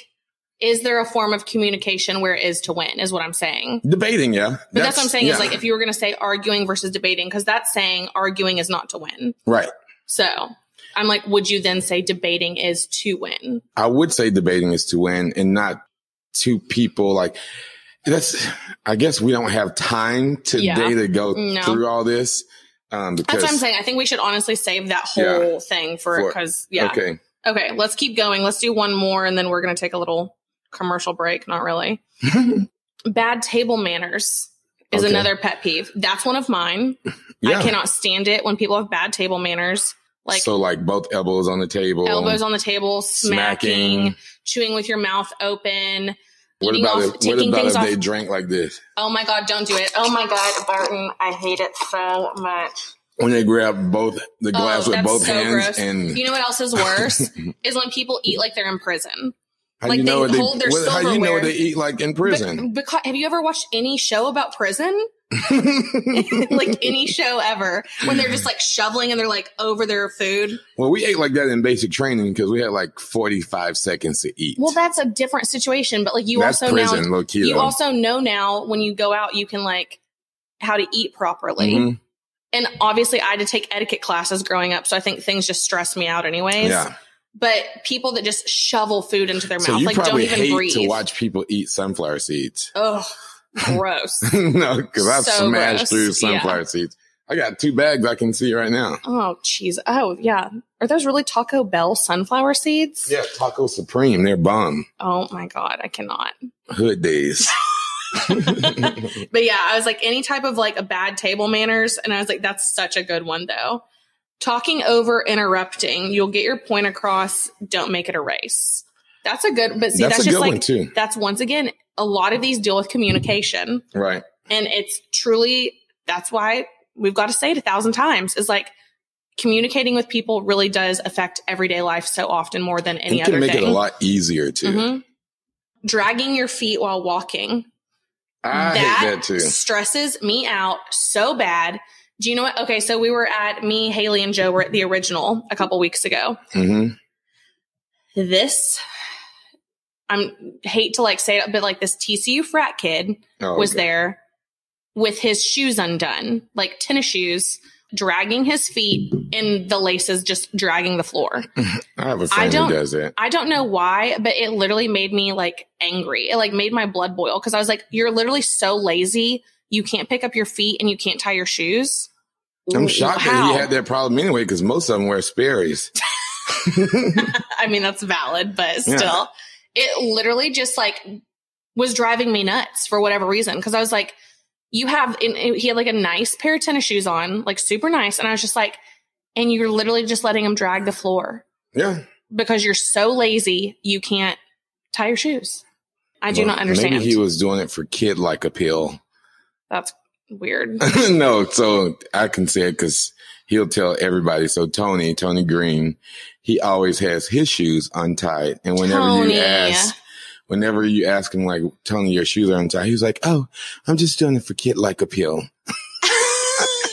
[SPEAKER 3] Is there a form of communication where it is to win? Is what I'm saying.
[SPEAKER 2] debating yeah
[SPEAKER 3] But that's, what I'm saying
[SPEAKER 2] yeah.
[SPEAKER 3] is like if you were going to say arguing versus debating, because that's saying arguing is not to win.
[SPEAKER 2] right
[SPEAKER 3] So I'm like, would you then say debating is to win?
[SPEAKER 2] I would say debating is to win and not two people like that's I guess we don't have time today
[SPEAKER 3] Yeah.
[SPEAKER 2] to go
[SPEAKER 3] No.
[SPEAKER 2] through all this. Um because
[SPEAKER 3] That's what I'm saying. I think we should honestly save that whole
[SPEAKER 2] Yeah.
[SPEAKER 3] thing for
[SPEAKER 2] For-
[SPEAKER 3] because yeah. Okay.
[SPEAKER 2] Okay.
[SPEAKER 3] let's keep going. Let's do one more, and then we're going to take a little commercial break. Not really. Bad table manners is
[SPEAKER 2] Okay.
[SPEAKER 3] another pet peeve. That's one of mine.
[SPEAKER 2] Yeah.
[SPEAKER 3] I cannot stand it when people have bad table manners. Like
[SPEAKER 2] so like both elbows on the table.
[SPEAKER 3] elbows on the table, smacking,
[SPEAKER 2] Smacking.
[SPEAKER 3] chewing with your mouth open,
[SPEAKER 2] What
[SPEAKER 3] eating
[SPEAKER 2] about
[SPEAKER 3] off,
[SPEAKER 2] if what
[SPEAKER 3] taking
[SPEAKER 2] about
[SPEAKER 3] things
[SPEAKER 2] if
[SPEAKER 3] off.
[SPEAKER 2] they drank like this?
[SPEAKER 3] oh my god, don't do it! Oh my god, Barton, I hate it so much.
[SPEAKER 2] When they grab both the glass
[SPEAKER 3] oh,
[SPEAKER 2] with
[SPEAKER 3] that's
[SPEAKER 2] both
[SPEAKER 3] so
[SPEAKER 2] hands
[SPEAKER 3] gross.
[SPEAKER 2] and
[SPEAKER 3] you know what else is worse is when people eat like they're in prison.
[SPEAKER 2] how
[SPEAKER 3] like
[SPEAKER 2] you know
[SPEAKER 3] they
[SPEAKER 2] what they
[SPEAKER 3] hold their
[SPEAKER 2] what- how you know
[SPEAKER 3] silverware.
[SPEAKER 2] what they eat like in prison?
[SPEAKER 3] Because have you ever watched any show about prison? like any show ever when they're just like shoveling and they're like over their food.
[SPEAKER 2] well, we ate like that in basic training because we had like 45 seconds to eat.
[SPEAKER 3] Well, that's a different situation, but like you
[SPEAKER 2] That's
[SPEAKER 3] also
[SPEAKER 2] prison,
[SPEAKER 3] now
[SPEAKER 2] low key.
[SPEAKER 3] you
[SPEAKER 2] though.
[SPEAKER 3] also know now when you go out you can like how to eat properly
[SPEAKER 2] Mhm.
[SPEAKER 3] and obviously i had to take etiquette classes growing up so i think things just stress me out anyways
[SPEAKER 2] Yeah.
[SPEAKER 3] but people that just shovel food into their
[SPEAKER 2] So
[SPEAKER 3] mouth
[SPEAKER 2] you
[SPEAKER 3] like don't
[SPEAKER 2] probably
[SPEAKER 3] even
[SPEAKER 2] hate
[SPEAKER 3] breathe
[SPEAKER 2] to watch people eat sunflower seeds.
[SPEAKER 3] oh gross
[SPEAKER 2] no, because I
[SPEAKER 3] So
[SPEAKER 2] smashed
[SPEAKER 3] gross.
[SPEAKER 2] through
[SPEAKER 3] Yeah.
[SPEAKER 2] sunflower seeds. I got two bags I can see right now.
[SPEAKER 3] Oh, jeez. Oh, yeah. Are those really Taco Bell sunflower seeds?
[SPEAKER 2] Yeah, Taco Supreme. They're bomb.
[SPEAKER 3] Oh my god, I cannot.
[SPEAKER 2] Hood days.
[SPEAKER 3] But yeah, I was like any type of like a bad table manners, and I was like, that's such a good one though. Talking over, interrupting. You'll get your point across. Don't make it a race. That's a good. But see,
[SPEAKER 2] That's
[SPEAKER 3] that's,
[SPEAKER 2] a
[SPEAKER 3] just
[SPEAKER 2] good one,
[SPEAKER 3] like
[SPEAKER 2] too.
[SPEAKER 3] that's once again a lot of these deal with communication,
[SPEAKER 2] Right.
[SPEAKER 3] and it's truly that's why we've got to say it a thousand times is like communicating with people really does affect everyday life so often more than
[SPEAKER 2] And
[SPEAKER 3] any
[SPEAKER 2] you can
[SPEAKER 3] other
[SPEAKER 2] make
[SPEAKER 3] thing.
[SPEAKER 2] it a lot easier too.
[SPEAKER 3] Mhm. Dragging your feet while walking
[SPEAKER 2] I hate that too.
[SPEAKER 3] stresses me out so bad. Do you know what? Okay, so we were at me, Haley, and Joe were at the original a couple weeks ago.
[SPEAKER 2] hmm
[SPEAKER 3] This, I'm hate to like say it, but like this TCU frat kid
[SPEAKER 2] Oh,
[SPEAKER 3] was
[SPEAKER 2] okay.
[SPEAKER 3] there with his shoes undone, like tennis shoes, dragging his feet and the laces just dragging the floor.
[SPEAKER 2] I have a
[SPEAKER 3] I
[SPEAKER 2] friend who
[SPEAKER 3] don't-
[SPEAKER 2] does that.
[SPEAKER 3] I don't know why, but it literally made me like angry. It like made my blood boil because I was like, you're literally so lazy. You can't pick up your feet and you can't tie your shoes.
[SPEAKER 2] I'm shocked that
[SPEAKER 3] How?
[SPEAKER 2] he had that problem anyway because most of them wear Sperry's.
[SPEAKER 3] I mean, that's valid, but
[SPEAKER 2] Yeah.
[SPEAKER 3] still, it literally just like was driving me nuts for whatever reason. Cause I was like, you have, and and he had like a nice pair of tennis shoes on, like super nice. And I was just like, and you're literally just letting him drag the floor
[SPEAKER 2] Yeah.
[SPEAKER 3] because you're so lazy. You can't tie your shoes. I do
[SPEAKER 2] Well,
[SPEAKER 3] not understand.
[SPEAKER 2] Maybe he was doing it for kid like appeal.
[SPEAKER 3] That's weird.
[SPEAKER 2] no, so I can say it because he'll tell everybody. So Tony, Tony Green, he always has his shoes untied, and whenever
[SPEAKER 3] Tony.
[SPEAKER 2] you ask, whenever you ask him like, Tony, your shoes are untied, he's like, Oh, I'm just doing it for kid like appeal.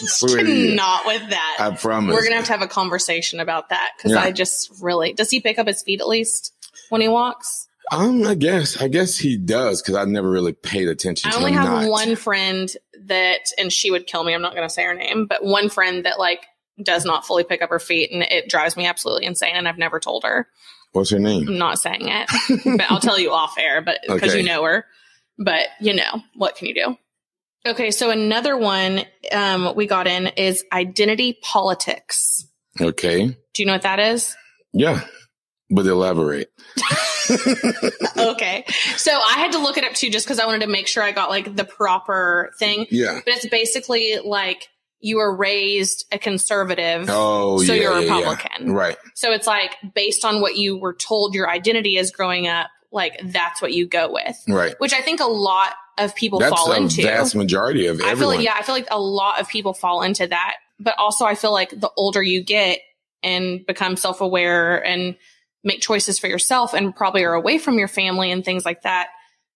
[SPEAKER 2] swear to you.
[SPEAKER 3] Not with that.
[SPEAKER 2] I promise.
[SPEAKER 3] We're gonna have to have a conversation about that because
[SPEAKER 2] Yeah.
[SPEAKER 3] I just really does he pick up his feet at least when he walks?
[SPEAKER 2] um, I guess, I guess he does because I never really paid attention.
[SPEAKER 3] I
[SPEAKER 2] to
[SPEAKER 3] only
[SPEAKER 2] him
[SPEAKER 3] have
[SPEAKER 2] not.
[SPEAKER 3] one friend that, and she would kill me. I'm not gonna say her name, but one friend that like does not fully pick up her feet, and it drives me absolutely insane. And I've never told her.
[SPEAKER 2] What's her name?
[SPEAKER 3] I'm not saying it, but I'll tell you off air, but because
[SPEAKER 2] Okay.
[SPEAKER 3] you know her. But you know, what can you do? Okay, so another one um, we got in is identity politics.
[SPEAKER 2] Okay.
[SPEAKER 3] Do you know what that is?
[SPEAKER 2] Yeah. But elaborate.
[SPEAKER 3] okay. So I had to look it up too just because I wanted to make sure I got like the proper thing.
[SPEAKER 2] Yeah.
[SPEAKER 3] But it's basically like you were raised a conservative.
[SPEAKER 2] Oh,
[SPEAKER 3] So
[SPEAKER 2] yeah,
[SPEAKER 3] you're a
[SPEAKER 2] yeah, yeah.
[SPEAKER 3] Republican.
[SPEAKER 2] Right.
[SPEAKER 3] So it's like based on what you were told your identity is growing up, like that's what you go with,
[SPEAKER 2] Right.
[SPEAKER 3] which I think a lot of people
[SPEAKER 2] That's
[SPEAKER 3] fall
[SPEAKER 2] a
[SPEAKER 3] into.
[SPEAKER 2] vast majority of
[SPEAKER 3] I feel
[SPEAKER 2] everyone.
[SPEAKER 3] like, yeah, I feel like a lot of people fall into that. But also, I feel like the older you get and become self aware and make choices for yourself and probably are away from your family and things like that,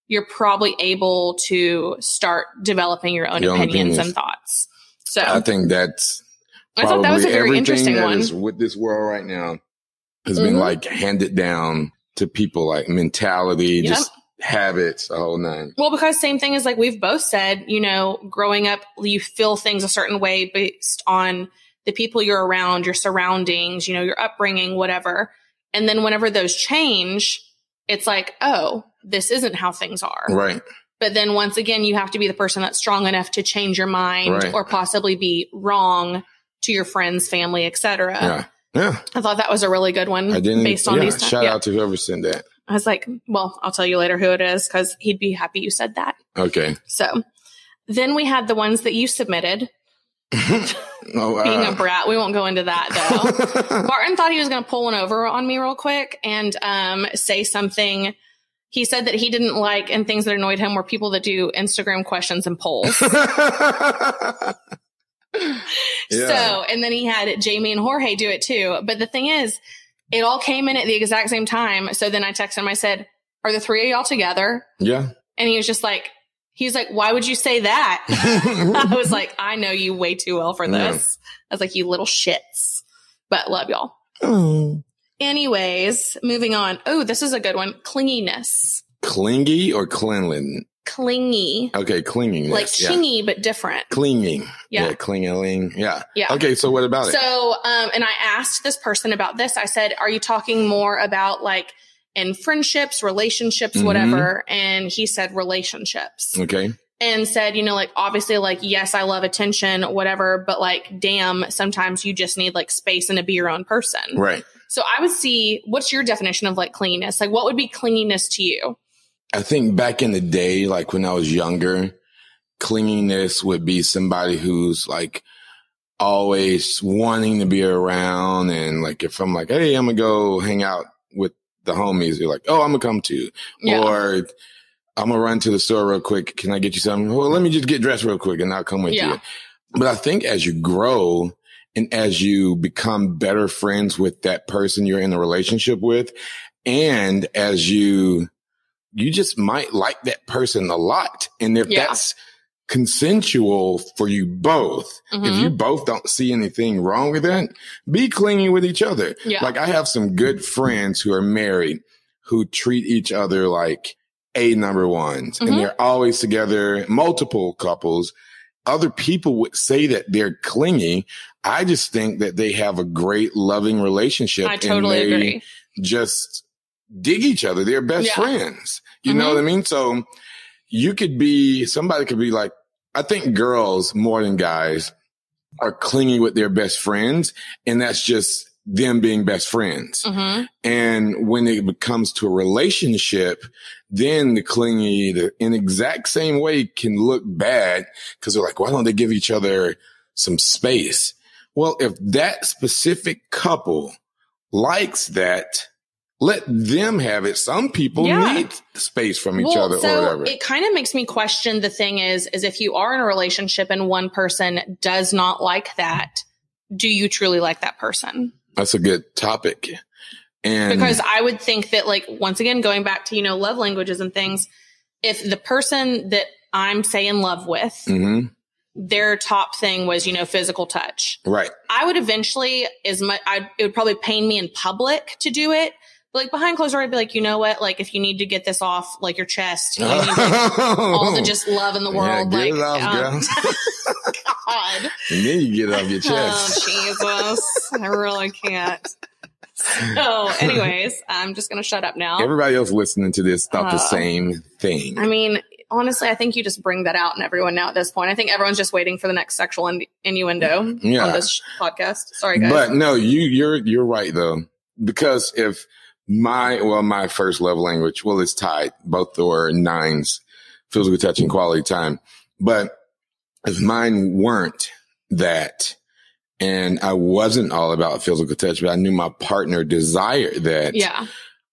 [SPEAKER 3] you're probably able to start developing your own
[SPEAKER 2] Your own
[SPEAKER 3] opinions,
[SPEAKER 2] opinions.
[SPEAKER 3] and thoughts. So
[SPEAKER 2] I think that's
[SPEAKER 3] I thought that
[SPEAKER 2] probably
[SPEAKER 3] was a very
[SPEAKER 2] everything
[SPEAKER 3] interesting
[SPEAKER 2] that
[SPEAKER 3] one.
[SPEAKER 2] is with this world right now has been
[SPEAKER 3] Mhm.
[SPEAKER 2] like handed down to people, like mentality,
[SPEAKER 3] Yep.
[SPEAKER 2] just habits, the whole nine.
[SPEAKER 3] Well, because same thing is like we've both said, you know, growing up, you feel things a certain way based on the people you're around, your surroundings, you know, your upbringing, whatever. And then whenever those change, it's like, oh, this isn't how things are.
[SPEAKER 2] Right.
[SPEAKER 3] But then once again, you have to be the person that's strong enough to change your mind
[SPEAKER 2] Right.
[SPEAKER 3] or possibly be wrong to your friends, family, etc.
[SPEAKER 2] yeah. Yeah.
[SPEAKER 3] I thought that was a really good one
[SPEAKER 2] I didn't.
[SPEAKER 3] Uh, mm, based on
[SPEAKER 2] yeah,
[SPEAKER 3] these.
[SPEAKER 2] Shout
[SPEAKER 3] yeah.
[SPEAKER 2] out to whoever sent that.
[SPEAKER 3] I was like, well, I'll tell you later who it is because he'd be happy you said that.
[SPEAKER 2] Okay.
[SPEAKER 3] So then we had the ones that you submitted.
[SPEAKER 2] Oh,
[SPEAKER 3] Being a
[SPEAKER 2] uh,
[SPEAKER 3] brat, we won't go into that though. Barton thought he was going to pull one over on me real quick and um, say something. He said that he didn't like and things that annoyed him were people that do Instagram questions and polls.
[SPEAKER 2] Yeah.
[SPEAKER 3] So, and then he had Jamie and Jorge do it too. But the thing is, it all came in at the exact same time. So then I texted him, I said, Are the three of y'all together?
[SPEAKER 2] yeah.
[SPEAKER 3] And he was just like, He's like, Why would you say that? I was like, I know you way too well for
[SPEAKER 2] Yeah.
[SPEAKER 3] this. I was like, you little shits, but love y'all. Anyways, moving on. Oh, this is a good one. Clinginess.
[SPEAKER 2] Clingy or cleanly?
[SPEAKER 3] Clingy.
[SPEAKER 2] Okay, clinging.
[SPEAKER 3] like
[SPEAKER 2] yes, yeah.
[SPEAKER 3] chingy, but different.
[SPEAKER 2] Clinging.
[SPEAKER 3] Yeah.
[SPEAKER 2] Yeah. Clinging. Yeah.
[SPEAKER 3] Yeah.
[SPEAKER 2] Okay, so what about
[SPEAKER 3] So, um, and I asked this person about this. I said, are you talking more about like in friendships, relationships,
[SPEAKER 2] Mhm.
[SPEAKER 3] whatever? And he said relationships.
[SPEAKER 2] it? Okay.
[SPEAKER 3] and said, you know, like obviously, like, yes, I love attention, whatever, but like, damn, sometimes you just need like space and to be your own person.
[SPEAKER 2] Right.
[SPEAKER 3] So I would see what's your definition of like cleanliness? Like, what would be cleanliness to you?
[SPEAKER 2] I think back in the day, like when I was younger, clinginess would be somebody who's like always wanting to be around. And like, if I'm like, Hey, I'm gonna go hang out with the homies, you're like, Oh, I'm gonna come too.
[SPEAKER 3] Yeah.
[SPEAKER 2] Or I'm gonna run to the store real quick. Can I get you something? Well, let me just get dressed real quick and I'll come with
[SPEAKER 3] Yeah.
[SPEAKER 2] you. But I think as you grow and as you become better friends with that person you're in a relationship with, and as you, you just might like that person a lot. And if
[SPEAKER 3] Yeah.
[SPEAKER 2] that's consensual for you both, if
[SPEAKER 3] Mhm.
[SPEAKER 2] you both don't see anything wrong with that, be clingy with each other.
[SPEAKER 3] Yeah.
[SPEAKER 2] Like I have some good friends who are married who treat each other like a number ones
[SPEAKER 3] Mhm.
[SPEAKER 2] and they're always together, multiple couples. Other people would say that they're clingy. I just think that they have a great loving relationship.
[SPEAKER 3] I totally
[SPEAKER 2] and they
[SPEAKER 3] agree.
[SPEAKER 2] just dig each other. They're best
[SPEAKER 3] Yeah.
[SPEAKER 2] friends. You know what I mean? So you could be, somebody could be like, I think girls more than guys are clingy with their best friends. And that's just them being best friends.
[SPEAKER 3] Mhm.
[SPEAKER 2] And when it comes to a relationship, then the clingy, the in exact same way can look bad because they're like, why don't they give each other some space? Well, if that specific couple likes that, let them have it. Some people
[SPEAKER 3] Yeah.
[SPEAKER 2] need space from each
[SPEAKER 3] Well,
[SPEAKER 2] other
[SPEAKER 3] so
[SPEAKER 2] or whatever.
[SPEAKER 3] it kind of makes me question the thing is, is if you are in a relationship and one person does not like that, do you truly like that person?
[SPEAKER 2] That's a good topic. And
[SPEAKER 3] because I would think that like once again going back to you know love languages and things if the person that I'm say in love with
[SPEAKER 2] Mhm.
[SPEAKER 3] their top thing was you know physical touch
[SPEAKER 2] right.
[SPEAKER 3] I would eventually as much I it would probably pain me in public to do it but like behind closed door I'd be like you know what like if you need to get this off like your chest you need like, all the just love in the world
[SPEAKER 2] yeah, get
[SPEAKER 3] like
[SPEAKER 2] it off,
[SPEAKER 3] um,
[SPEAKER 2] girl.
[SPEAKER 3] God
[SPEAKER 2] and then you get it off your
[SPEAKER 3] Oh,
[SPEAKER 2] chest.
[SPEAKER 3] Jesus. I really can't. So, anyways, I'm just going to shut up now.
[SPEAKER 2] Everybody else listening to this thought the
[SPEAKER 3] Oh. Uh,
[SPEAKER 2] same thing.
[SPEAKER 3] I mean, honestly, I think you just bring that out in everyone now at this point. I think everyone's just waiting for the next sexual in- innuendo
[SPEAKER 2] Yeah.
[SPEAKER 3] on this sh- podcast. Sorry, guys.
[SPEAKER 2] But no, you you're you're right though. Because if my well, my first love language, well, it's tied. Both are nines, physical touch and quality time. But if mine weren't that and I wasn't all about physical touch, but I knew my partner desired that.
[SPEAKER 3] yeah.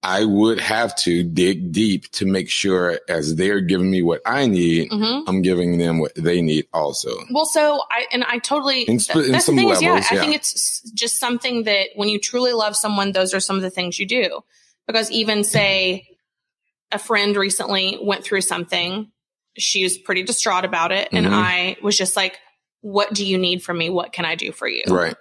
[SPEAKER 2] I would have to dig deep to make sure as they're giving me what I need,
[SPEAKER 3] hmm
[SPEAKER 2] I'm giving them what they need also.
[SPEAKER 3] Well, so I, and I totally,
[SPEAKER 2] In sp-
[SPEAKER 3] th-
[SPEAKER 2] in
[SPEAKER 3] that's the
[SPEAKER 2] some
[SPEAKER 3] thing is, yeah,
[SPEAKER 2] levels,
[SPEAKER 3] I
[SPEAKER 2] yeah.
[SPEAKER 3] think it's s- just something that when you truly love someone, those are some of the things you do. Because even say a friend recently went through something, she was pretty distraught about it. And
[SPEAKER 2] Mhm.
[SPEAKER 3] I was just like, what do you need from me? What can I do for you?
[SPEAKER 2] Right.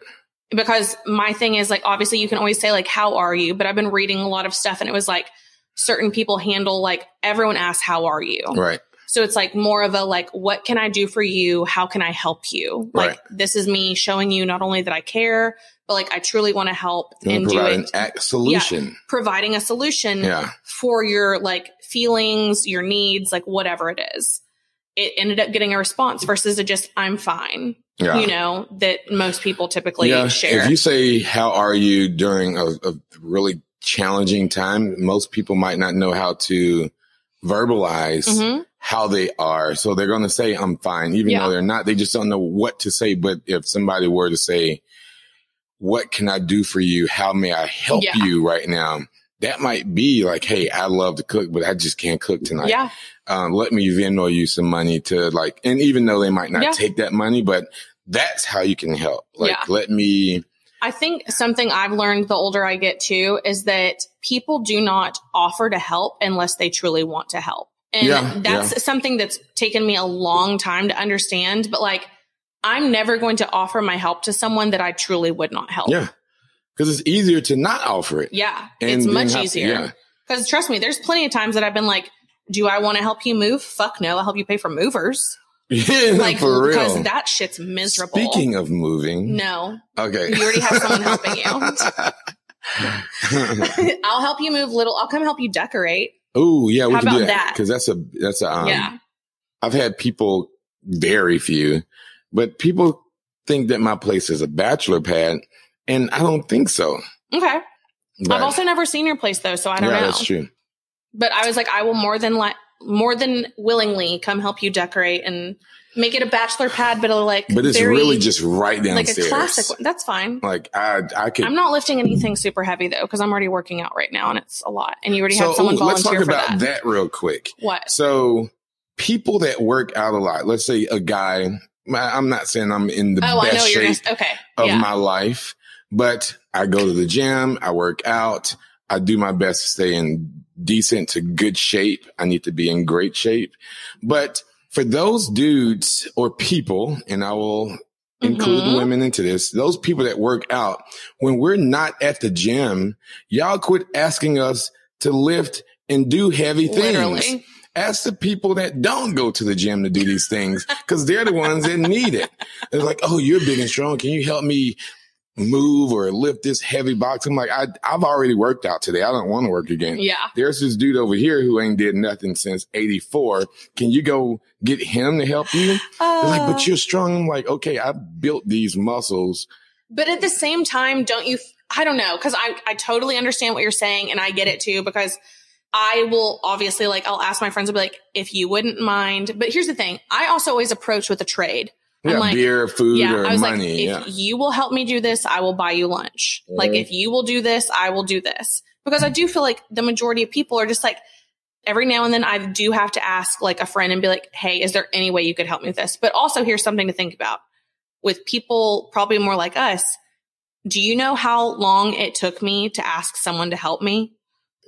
[SPEAKER 3] because my thing is like obviously you can always say like how are you but i've been reading a lot of stuff and it was like certain people handle like everyone asks how are you
[SPEAKER 2] Right.
[SPEAKER 3] so it's like more of a like what can i do for you how can i help you like
[SPEAKER 2] Right.
[SPEAKER 3] this is me showing you not only that i care but like i truly want to help
[SPEAKER 2] You wanna
[SPEAKER 3] and do
[SPEAKER 2] provide an
[SPEAKER 3] it
[SPEAKER 2] act solution.
[SPEAKER 3] providing a solution
[SPEAKER 2] yeah.
[SPEAKER 3] for your like feelings your needs like whatever it is it ended up getting a response versus a just i'm fine
[SPEAKER 2] Yeah.
[SPEAKER 3] you know that most people typically share
[SPEAKER 2] If you say, how are you during a, a really challenging time, most people might not know how to verbalize
[SPEAKER 3] Mhm.
[SPEAKER 2] how they are. So they're going to say, I'm fine, even
[SPEAKER 3] Yeah.
[SPEAKER 2] though they're not. They just don't know what to say. But if somebody were to say, what can I do for you? How may I help
[SPEAKER 3] Yeah.
[SPEAKER 2] you right now? That might be like, Hey, I love to cook, but I just can't cook tonight.
[SPEAKER 3] yeah,
[SPEAKER 2] um, let me Venmo you some money to like, and even though they might not
[SPEAKER 3] Yeah.
[SPEAKER 2] take that money, but that's how you can help. Like,
[SPEAKER 3] Yeah.
[SPEAKER 2] let me,
[SPEAKER 3] I think something I've learned the older I get too is that people do not offer to help unless they truly want to help. And
[SPEAKER 2] Yeah,
[SPEAKER 3] that's something that's taken me a long time to understand, but like I'm never going to offer my help to someone that I truly would not help.
[SPEAKER 2] yeah, because it's easier to not offer it.
[SPEAKER 3] Yeah,
[SPEAKER 2] And
[SPEAKER 3] it's
[SPEAKER 2] then
[SPEAKER 3] much
[SPEAKER 2] have-
[SPEAKER 3] easier.
[SPEAKER 2] yeah.
[SPEAKER 3] Cuz trust me, there's plenty of times that I've been like, "Do I want to help you move? Fuck no, I'll help you pay for movers."
[SPEAKER 2] Yeah,
[SPEAKER 3] Like
[SPEAKER 2] for real.
[SPEAKER 3] because that shit's miserable.
[SPEAKER 2] Speaking of moving,
[SPEAKER 3] no,
[SPEAKER 2] okay,
[SPEAKER 3] you already have someone helping you. I'll help you move little. I'll come help you decorate.
[SPEAKER 2] oh yeah, we
[SPEAKER 3] How
[SPEAKER 2] can do
[SPEAKER 3] about that?
[SPEAKER 2] because that's a that's a um,
[SPEAKER 3] yeah.
[SPEAKER 2] I've had people, very few, but people think that my place is a bachelor pad, and I don't think so.
[SPEAKER 3] Okay.
[SPEAKER 2] But-
[SPEAKER 3] I've also never seen your place though, so I don't
[SPEAKER 2] yeah,
[SPEAKER 3] know.
[SPEAKER 2] that's true.
[SPEAKER 3] But I was like, I will more than like more than willingly come help you decorate and make it a bachelor pad, but a like
[SPEAKER 2] But it's
[SPEAKER 3] very-
[SPEAKER 2] really just right
[SPEAKER 3] like
[SPEAKER 2] downstairs.
[SPEAKER 3] a classic one. That's fine.
[SPEAKER 2] Like I, I could.
[SPEAKER 3] I'm not lifting anything super heavy though, because I'm already working out right now and it's a lot. And you already
[SPEAKER 2] so
[SPEAKER 3] had someone
[SPEAKER 2] ooh, let's talk
[SPEAKER 3] volunteer for
[SPEAKER 2] about
[SPEAKER 3] that.
[SPEAKER 2] that. real quick.
[SPEAKER 3] What?
[SPEAKER 2] So people that work out a lot. Let's say a guy. I- I'm not saying I'm in the
[SPEAKER 3] Oh, I know
[SPEAKER 2] best
[SPEAKER 3] what you're
[SPEAKER 2] shape
[SPEAKER 3] gonna okay.
[SPEAKER 2] of
[SPEAKER 3] yeah.
[SPEAKER 2] my life, but I go to the gym. I work out. I do my best to stay in decent to good shape. I need to be in great shape, but for those dudes or people, and I will include
[SPEAKER 3] Mhm.
[SPEAKER 2] women into this. Those people that work out, when we're not at the gym, y'all quit asking us to lift and do heavy things.
[SPEAKER 3] Literally.
[SPEAKER 2] Ask the people that don't go to the gym to do these things because they're the ones that need it. It's like, oh, you're big and strong. Can you help me move or lift this heavy box? I'm like, I, I've already worked out today. I don't want to work again.
[SPEAKER 3] Yeah.
[SPEAKER 2] There's this dude over here who ain't did nothing since 84. Can you go get him to help you? They're like,
[SPEAKER 3] Uh,
[SPEAKER 2] but you're strong. I'm like, okay, I built these muscles.
[SPEAKER 3] But at the same time, don't you? I don't know because I I totally understand what you're saying and I get it too because I will obviously like I'll ask my friends I'll be like if you wouldn't mind. But here's the thing: I also always approach with a trade. I'm
[SPEAKER 2] Yeah,
[SPEAKER 3] like-
[SPEAKER 2] beer, food,
[SPEAKER 3] yeah,
[SPEAKER 2] or
[SPEAKER 3] I was
[SPEAKER 2] money.
[SPEAKER 3] like,
[SPEAKER 2] yeah.
[SPEAKER 3] if you will help me do this, I will buy you lunch. Like
[SPEAKER 2] Mhm.
[SPEAKER 3] if you will do this, I will do this because I do feel like the majority of people are just like. Every now and then, I do have to ask like a friend and be like, "Hey, is there any way you could help me with this?" But also, here's something to think about with people probably more like us, do you know how long it took me to ask someone to help me?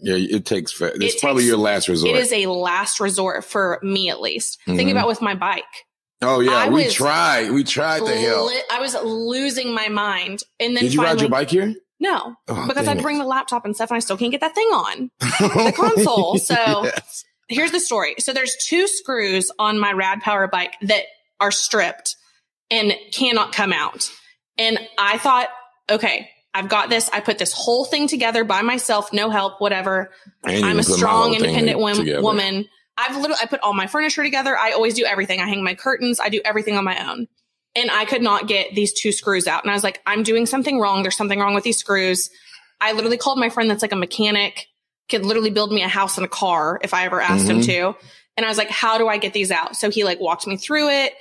[SPEAKER 2] yeah, it takes, fa- it's
[SPEAKER 3] takes-
[SPEAKER 2] probably your last resort.
[SPEAKER 3] It is a last resort for me, at least. Think
[SPEAKER 2] Mhm.
[SPEAKER 3] about with my bike.
[SPEAKER 2] oh, yeah.
[SPEAKER 3] I
[SPEAKER 2] we
[SPEAKER 3] was
[SPEAKER 2] tried. We tried to help.
[SPEAKER 3] Li- I was losing my mind, and then
[SPEAKER 2] Did you
[SPEAKER 3] finally,
[SPEAKER 2] ride your bike here?
[SPEAKER 3] no,
[SPEAKER 2] Oh,
[SPEAKER 3] because
[SPEAKER 2] dang
[SPEAKER 3] I
[SPEAKER 2] it.
[SPEAKER 3] bring the laptop and stuff, and I still can't get that thing on. the console, so-
[SPEAKER 2] Yes.
[SPEAKER 3] Here's the story. So there's two screws on my Rad Power bike that are stripped and cannot come out. And I thought, okay, I've got this. I put this whole thing together by myself, no help, whatever.
[SPEAKER 2] I ain't even
[SPEAKER 3] I'm a
[SPEAKER 2] put my
[SPEAKER 3] strong,
[SPEAKER 2] whole thing
[SPEAKER 3] independent wom-
[SPEAKER 2] together.
[SPEAKER 3] woman. I've literally, I put all my furniture together. I always do everything. I hang my curtains. I do everything on my own. And I could not get these two screws out. And I was like, I'm doing something wrong. There's something wrong with these screws. I literally called my friend that's like a mechanic, could literally build me a house and a car if I ever asked him
[SPEAKER 2] Mhm.
[SPEAKER 3] to. And I was like, how do I get these out? So he like walked me through it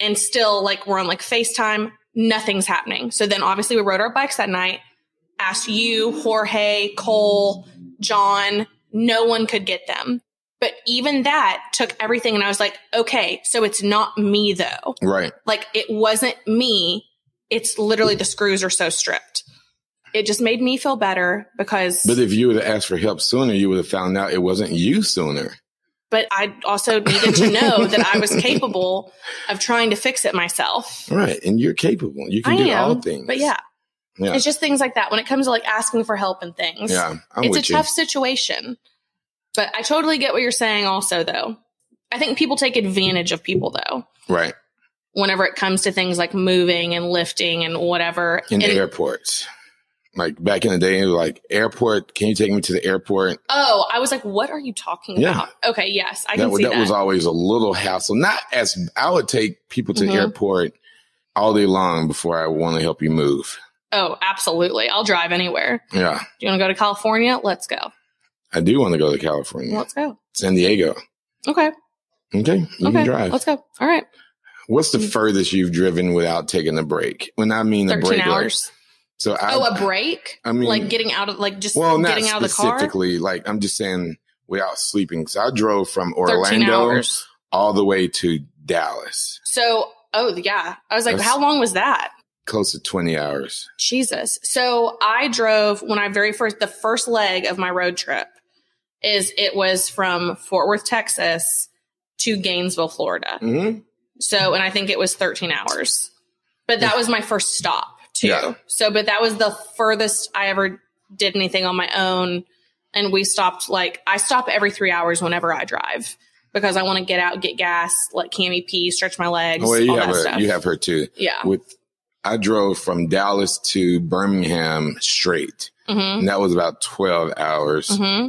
[SPEAKER 3] and still like we're on like FaceTime. Nothing's happening. So then obviously we rode our bikes that night asked you, Jorge, Cole, John, no one could get them. But even that took everything. And I was like, okay, so it's not me though.
[SPEAKER 2] Right.
[SPEAKER 3] Like it wasn't me. It's literally the screws are so stripped. It just made me feel better because,
[SPEAKER 2] But
[SPEAKER 3] but,
[SPEAKER 2] if you would have asked for help sooner, you would have found out it wasn't you sooner.
[SPEAKER 3] I also needed to know that I was capable of trying to fix it myself.
[SPEAKER 2] Right. And you're capable. You can
[SPEAKER 3] I
[SPEAKER 2] do
[SPEAKER 3] am,
[SPEAKER 2] all things.
[SPEAKER 3] But yeah,
[SPEAKER 2] Yeah.
[SPEAKER 3] it's just things like that when it comes to like asking for help and things.
[SPEAKER 2] Yeah. I'm
[SPEAKER 3] it's a
[SPEAKER 2] with you.
[SPEAKER 3] tough situation. But I totally get what you're saying, also, though. I think people take advantage of people, though,
[SPEAKER 2] right.
[SPEAKER 3] whenever it comes to things like moving and lifting and whatever.
[SPEAKER 2] In
[SPEAKER 3] And-
[SPEAKER 2] airports. Like back in the day, it was like airport. Can you take me to the airport?
[SPEAKER 3] oh, I was like, what are you talking
[SPEAKER 2] Yeah.
[SPEAKER 3] about? Okay, yes, I
[SPEAKER 2] that,
[SPEAKER 3] can
[SPEAKER 2] wa-
[SPEAKER 3] see
[SPEAKER 2] that
[SPEAKER 3] that.
[SPEAKER 2] was always a little hassle. Not as I would take people to
[SPEAKER 3] Mhm.
[SPEAKER 2] the airport all day long before I want to help you move.
[SPEAKER 3] oh, absolutely. I'll drive anywhere.
[SPEAKER 2] Yeah,
[SPEAKER 3] Do you want to go to California? Let's go.
[SPEAKER 2] I do want to go to California,
[SPEAKER 3] Let's go.
[SPEAKER 2] San Diego.
[SPEAKER 3] Okay.
[SPEAKER 2] Okay, you
[SPEAKER 3] okay.
[SPEAKER 2] can drive.
[SPEAKER 3] Let's go. All right.
[SPEAKER 2] What's
[SPEAKER 3] Mm.
[SPEAKER 2] the furthest you've driven without taking a break? When I mean a
[SPEAKER 3] 13
[SPEAKER 2] break, like-
[SPEAKER 3] hours.
[SPEAKER 2] so I,
[SPEAKER 3] oh, a break?
[SPEAKER 2] I mean-
[SPEAKER 3] like getting out of, like just
[SPEAKER 2] well, not
[SPEAKER 3] getting out of the car?
[SPEAKER 2] specifically. Like I'm just saying without sleeping. So I drove from
[SPEAKER 3] 13
[SPEAKER 2] Orlando
[SPEAKER 3] hours.
[SPEAKER 2] all the way to Dallas,
[SPEAKER 3] So, oh, yeah. I was like,
[SPEAKER 2] That's-
[SPEAKER 3] how long was that?
[SPEAKER 2] close to 20 hours.
[SPEAKER 3] Jesus. So I drove when I very first, the first leg of my road trip is it was from Fort Worth, Texas to Gainesville, Florida.
[SPEAKER 2] hmm
[SPEAKER 3] So, and I think it was 13 hours, but that was my first stop too.
[SPEAKER 2] Yeah.
[SPEAKER 3] So, but that was the furthest I ever did anything on my own. And we stopped like, I stop every three hours whenever I drive because I want to get out, get gas, let Cami pee, stretch my legs,
[SPEAKER 2] Well, you
[SPEAKER 3] all
[SPEAKER 2] have
[SPEAKER 3] that
[SPEAKER 2] a,
[SPEAKER 3] stuff.
[SPEAKER 2] you have her too.
[SPEAKER 3] yeah.
[SPEAKER 2] with I drove from Dallas to Birmingham straight.
[SPEAKER 3] hmm
[SPEAKER 2] And that was about 12 hours.
[SPEAKER 3] hmm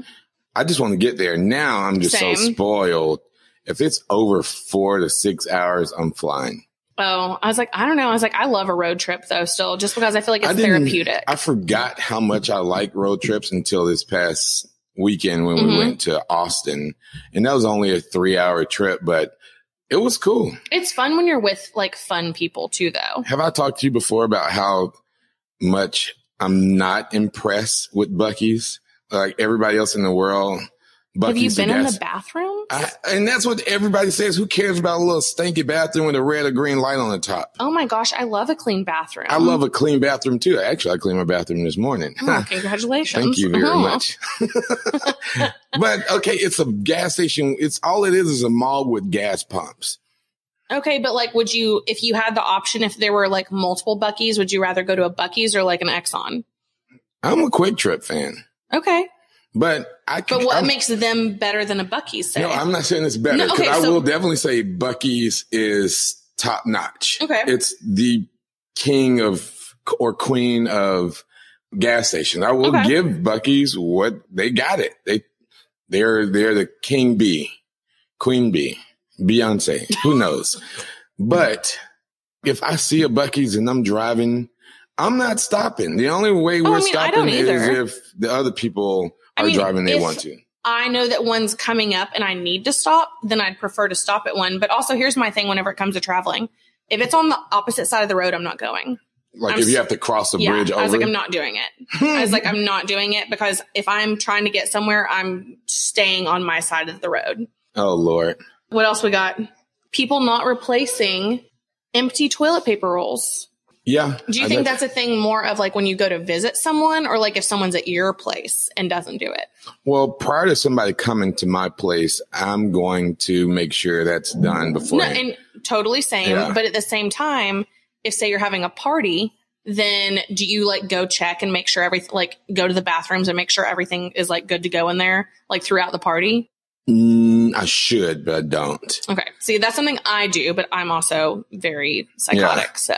[SPEAKER 2] I just want to get there. Now I'm just
[SPEAKER 3] Same.
[SPEAKER 2] so spoiled. If it's over four to six hours, I'm flying.
[SPEAKER 3] Oh, I was like, I don't know. I was like, I love a road trip though, still, just because I feel like
[SPEAKER 2] I
[SPEAKER 3] it's
[SPEAKER 2] didn't-
[SPEAKER 3] therapeutic.
[SPEAKER 2] I forgot how much I like road trips until this past weekend when we
[SPEAKER 3] Mhm.
[SPEAKER 2] went to Austin. And that was only a three hour trip, but it was cool.
[SPEAKER 3] it's fun when you're with like fun people too, though.
[SPEAKER 2] Have I talked to you before about how much I'm not impressed with Bucky's? Like everybody else in the world,
[SPEAKER 3] Have you
[SPEAKER 2] Bucky's
[SPEAKER 3] been
[SPEAKER 2] the
[SPEAKER 3] in
[SPEAKER 2] gas.
[SPEAKER 3] the bathroom?
[SPEAKER 2] I, and that's what everybody says. Who cares about a little stinky bathroom with a red or green light on the top?
[SPEAKER 3] oh my gosh, I love a clean bathroom.
[SPEAKER 2] I love a clean bathroom too. Actually, I cleaned my bathroom this morning.
[SPEAKER 3] Oh, congratulations.
[SPEAKER 2] Thank you very
[SPEAKER 3] Oh.
[SPEAKER 2] much. Uh-huh. but okay, it's a gas station. It's all it is is a mall with gas pumps.
[SPEAKER 3] Okay, but like, would you, if you had the option, if there were like multiple Buckies, would you rather go to a Bucky's or like an Exxon?
[SPEAKER 2] I'm a Quick Trip fan,
[SPEAKER 3] Okay,
[SPEAKER 2] but I can.
[SPEAKER 3] but what
[SPEAKER 2] I'm,
[SPEAKER 3] makes them better than a Bucky's? Say?
[SPEAKER 2] Um, No, I'm not saying it's better
[SPEAKER 3] No,
[SPEAKER 2] because
[SPEAKER 3] okay,
[SPEAKER 2] I
[SPEAKER 3] so-
[SPEAKER 2] will definitely say Bucky's is top notch.
[SPEAKER 3] Okay.
[SPEAKER 2] it's the king of or queen of gas stations. I will
[SPEAKER 3] Okay.
[SPEAKER 2] give Bucky's what they got it. They they're they're the king bee, queen bee, Beyonce. Who knows? but if I see a Bucky's and I'm driving, I'm not stopping. The only way
[SPEAKER 3] Oh,
[SPEAKER 2] we're
[SPEAKER 3] I mean, I
[SPEAKER 2] stopping
[SPEAKER 3] don't
[SPEAKER 2] is
[SPEAKER 3] either.
[SPEAKER 2] if the other people
[SPEAKER 3] I
[SPEAKER 2] are
[SPEAKER 3] mean,
[SPEAKER 2] driving. They
[SPEAKER 3] if-
[SPEAKER 2] want to.
[SPEAKER 3] I know that one's coming up and I need to stop, then I'd prefer to stop at one. But also, here's my thing whenever it comes to traveling if it's on the opposite side of the road, I'm not going.
[SPEAKER 2] Like
[SPEAKER 3] I'm
[SPEAKER 2] if you
[SPEAKER 3] s-
[SPEAKER 2] have to cross the
[SPEAKER 3] yeah.
[SPEAKER 2] bridge over.
[SPEAKER 3] I was like, I'm not doing it. I was like, I'm not doing it because if I'm trying to get somewhere, I'm staying on my side of the road.
[SPEAKER 2] oh Lord.
[SPEAKER 3] What else we got? People not replacing empty toilet paper rolls.
[SPEAKER 2] Yeah.
[SPEAKER 3] Do you
[SPEAKER 2] I
[SPEAKER 3] think
[SPEAKER 2] def-
[SPEAKER 3] that's a thing more of like when you go to visit someone or like if someone's at your place and doesn't do it?
[SPEAKER 2] well prior to somebody coming to my place, I'm going to make sure that's done before.
[SPEAKER 3] No, and totally same.
[SPEAKER 2] Yeah.
[SPEAKER 3] But at the same time, if say you're having a party, then do you like go check and make sure everything, like go to the bathrooms and make sure everything is like good to go in there, like throughout the party?
[SPEAKER 2] Mm, I should, but I don't.
[SPEAKER 3] Okay. See, that's something I do, but I'm also very psychotic. So,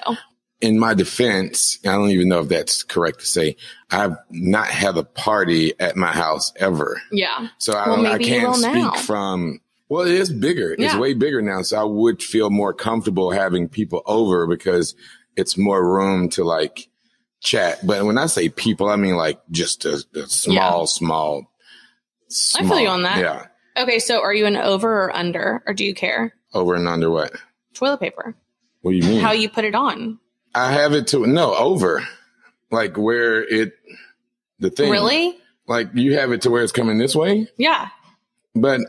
[SPEAKER 2] In my defense, I don't even know if that's correct to say. I've not had a party at my house ever.
[SPEAKER 3] yeah.
[SPEAKER 2] So I,
[SPEAKER 3] Well,
[SPEAKER 2] don't, I
[SPEAKER 3] maybe you
[SPEAKER 2] can't
[SPEAKER 3] will
[SPEAKER 2] speak
[SPEAKER 3] now.
[SPEAKER 2] from. Well, it is bigger. It's
[SPEAKER 3] Yeah.
[SPEAKER 2] way bigger now. So I would feel more comfortable having people over because it's more room to like chat. But when I say people, I mean like just a, a small, small,
[SPEAKER 3] I feel
[SPEAKER 2] small-
[SPEAKER 3] you on that.
[SPEAKER 2] Yeah.
[SPEAKER 3] Okay. So, are you an over or under, or do you care?
[SPEAKER 2] Over and under what?
[SPEAKER 3] Toilet paper,
[SPEAKER 2] What do you mean?
[SPEAKER 3] how you put it on.
[SPEAKER 2] I have it to, no, over. Like where it, the thing.
[SPEAKER 3] Really?
[SPEAKER 2] Like you have it to where it's coming this way,
[SPEAKER 3] Yeah.
[SPEAKER 2] but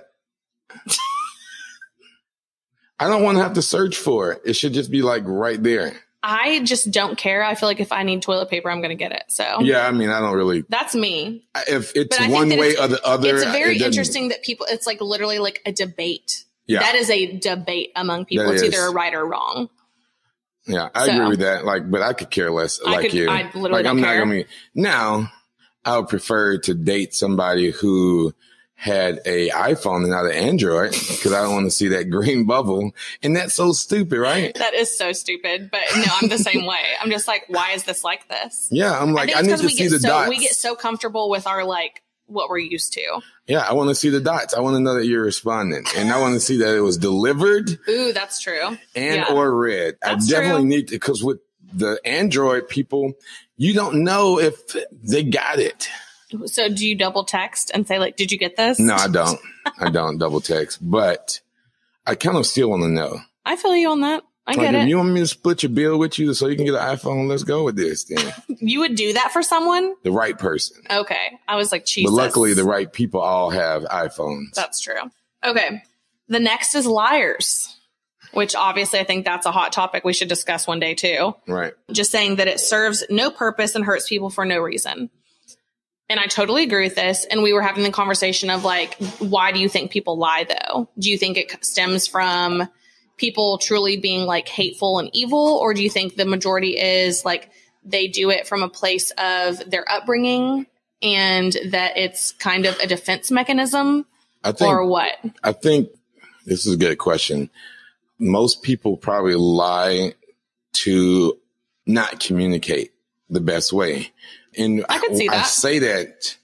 [SPEAKER 2] I don't want to have to search for it. It should just be like right there.
[SPEAKER 3] I just don't care. I feel like if I need toilet paper, I'm going to get it. So,
[SPEAKER 2] Yeah, I mean, I don't really.
[SPEAKER 3] that's me.
[SPEAKER 2] If it's
[SPEAKER 3] But I think
[SPEAKER 2] one
[SPEAKER 3] that
[SPEAKER 2] way
[SPEAKER 3] it's-
[SPEAKER 2] or the other,
[SPEAKER 3] it's
[SPEAKER 2] it
[SPEAKER 3] very
[SPEAKER 2] doesn't-
[SPEAKER 3] interesting that people it's like literally like a debate
[SPEAKER 2] Yeah,
[SPEAKER 3] that is a debate among people
[SPEAKER 2] That
[SPEAKER 3] it's
[SPEAKER 2] is.
[SPEAKER 3] either a right or wrong
[SPEAKER 2] yeah, I
[SPEAKER 3] so-
[SPEAKER 2] agree with that. Like, but I could care less.
[SPEAKER 3] I
[SPEAKER 2] like
[SPEAKER 3] could-
[SPEAKER 2] you,
[SPEAKER 3] I literally
[SPEAKER 2] like
[SPEAKER 3] don't
[SPEAKER 2] I'm not
[SPEAKER 3] care.
[SPEAKER 2] gonna be now. I would prefer to date somebody who had a iPhone and not an Android because I don't want to see that green bubble. And that's so stupid, right?
[SPEAKER 3] that is so stupid but no i'm the same way i'm just like why is this like this
[SPEAKER 2] Yeah, I'm like, I, need
[SPEAKER 3] it's
[SPEAKER 2] to
[SPEAKER 3] we
[SPEAKER 2] see
[SPEAKER 3] get
[SPEAKER 2] the
[SPEAKER 3] so
[SPEAKER 2] dots.
[SPEAKER 3] we get so comfortable with our like what we're used to
[SPEAKER 2] yeah, I want to see the dots. I want to know that you're responding, and I want to see that it was delivered.
[SPEAKER 3] ooh that's true
[SPEAKER 2] and
[SPEAKER 3] Yeah.
[SPEAKER 2] or red.
[SPEAKER 3] That's
[SPEAKER 2] I definitely
[SPEAKER 3] true.
[SPEAKER 2] need to because with the Android people, you don't know if they got it.
[SPEAKER 3] so do you double text and say like did you get this
[SPEAKER 2] No, I don't. I don't double text, but I kind of still want to know.
[SPEAKER 3] i feel you on that i
[SPEAKER 2] Like,
[SPEAKER 3] get
[SPEAKER 2] if
[SPEAKER 3] it
[SPEAKER 2] you
[SPEAKER 3] you-,
[SPEAKER 2] want me to split your bill with you so you can get an iPhone, let's go with this then.
[SPEAKER 3] would do that for someone
[SPEAKER 2] The right person.
[SPEAKER 3] okay i was like Jesus.
[SPEAKER 2] But luckily, the right people all have iPhones.
[SPEAKER 3] That's true. Okay. The next is liars, which obviously I think that's a hot topic we should discuss one day too.
[SPEAKER 2] right.
[SPEAKER 3] Just saying that it serves no purpose and hurts people for no reason. And I totally agree with this. And we were having the conversation of like, why do you think people lie though? Do you think it stems from people truly being like hateful and evil? Or do you think the majority is like they do it from a place of their upbringing and that it's kind of a defense mechanism
[SPEAKER 2] I think
[SPEAKER 3] or what?
[SPEAKER 2] I think this is a good question. Most people probably lie to not communicate the best way. And
[SPEAKER 3] I could see
[SPEAKER 2] I
[SPEAKER 3] that.
[SPEAKER 2] say that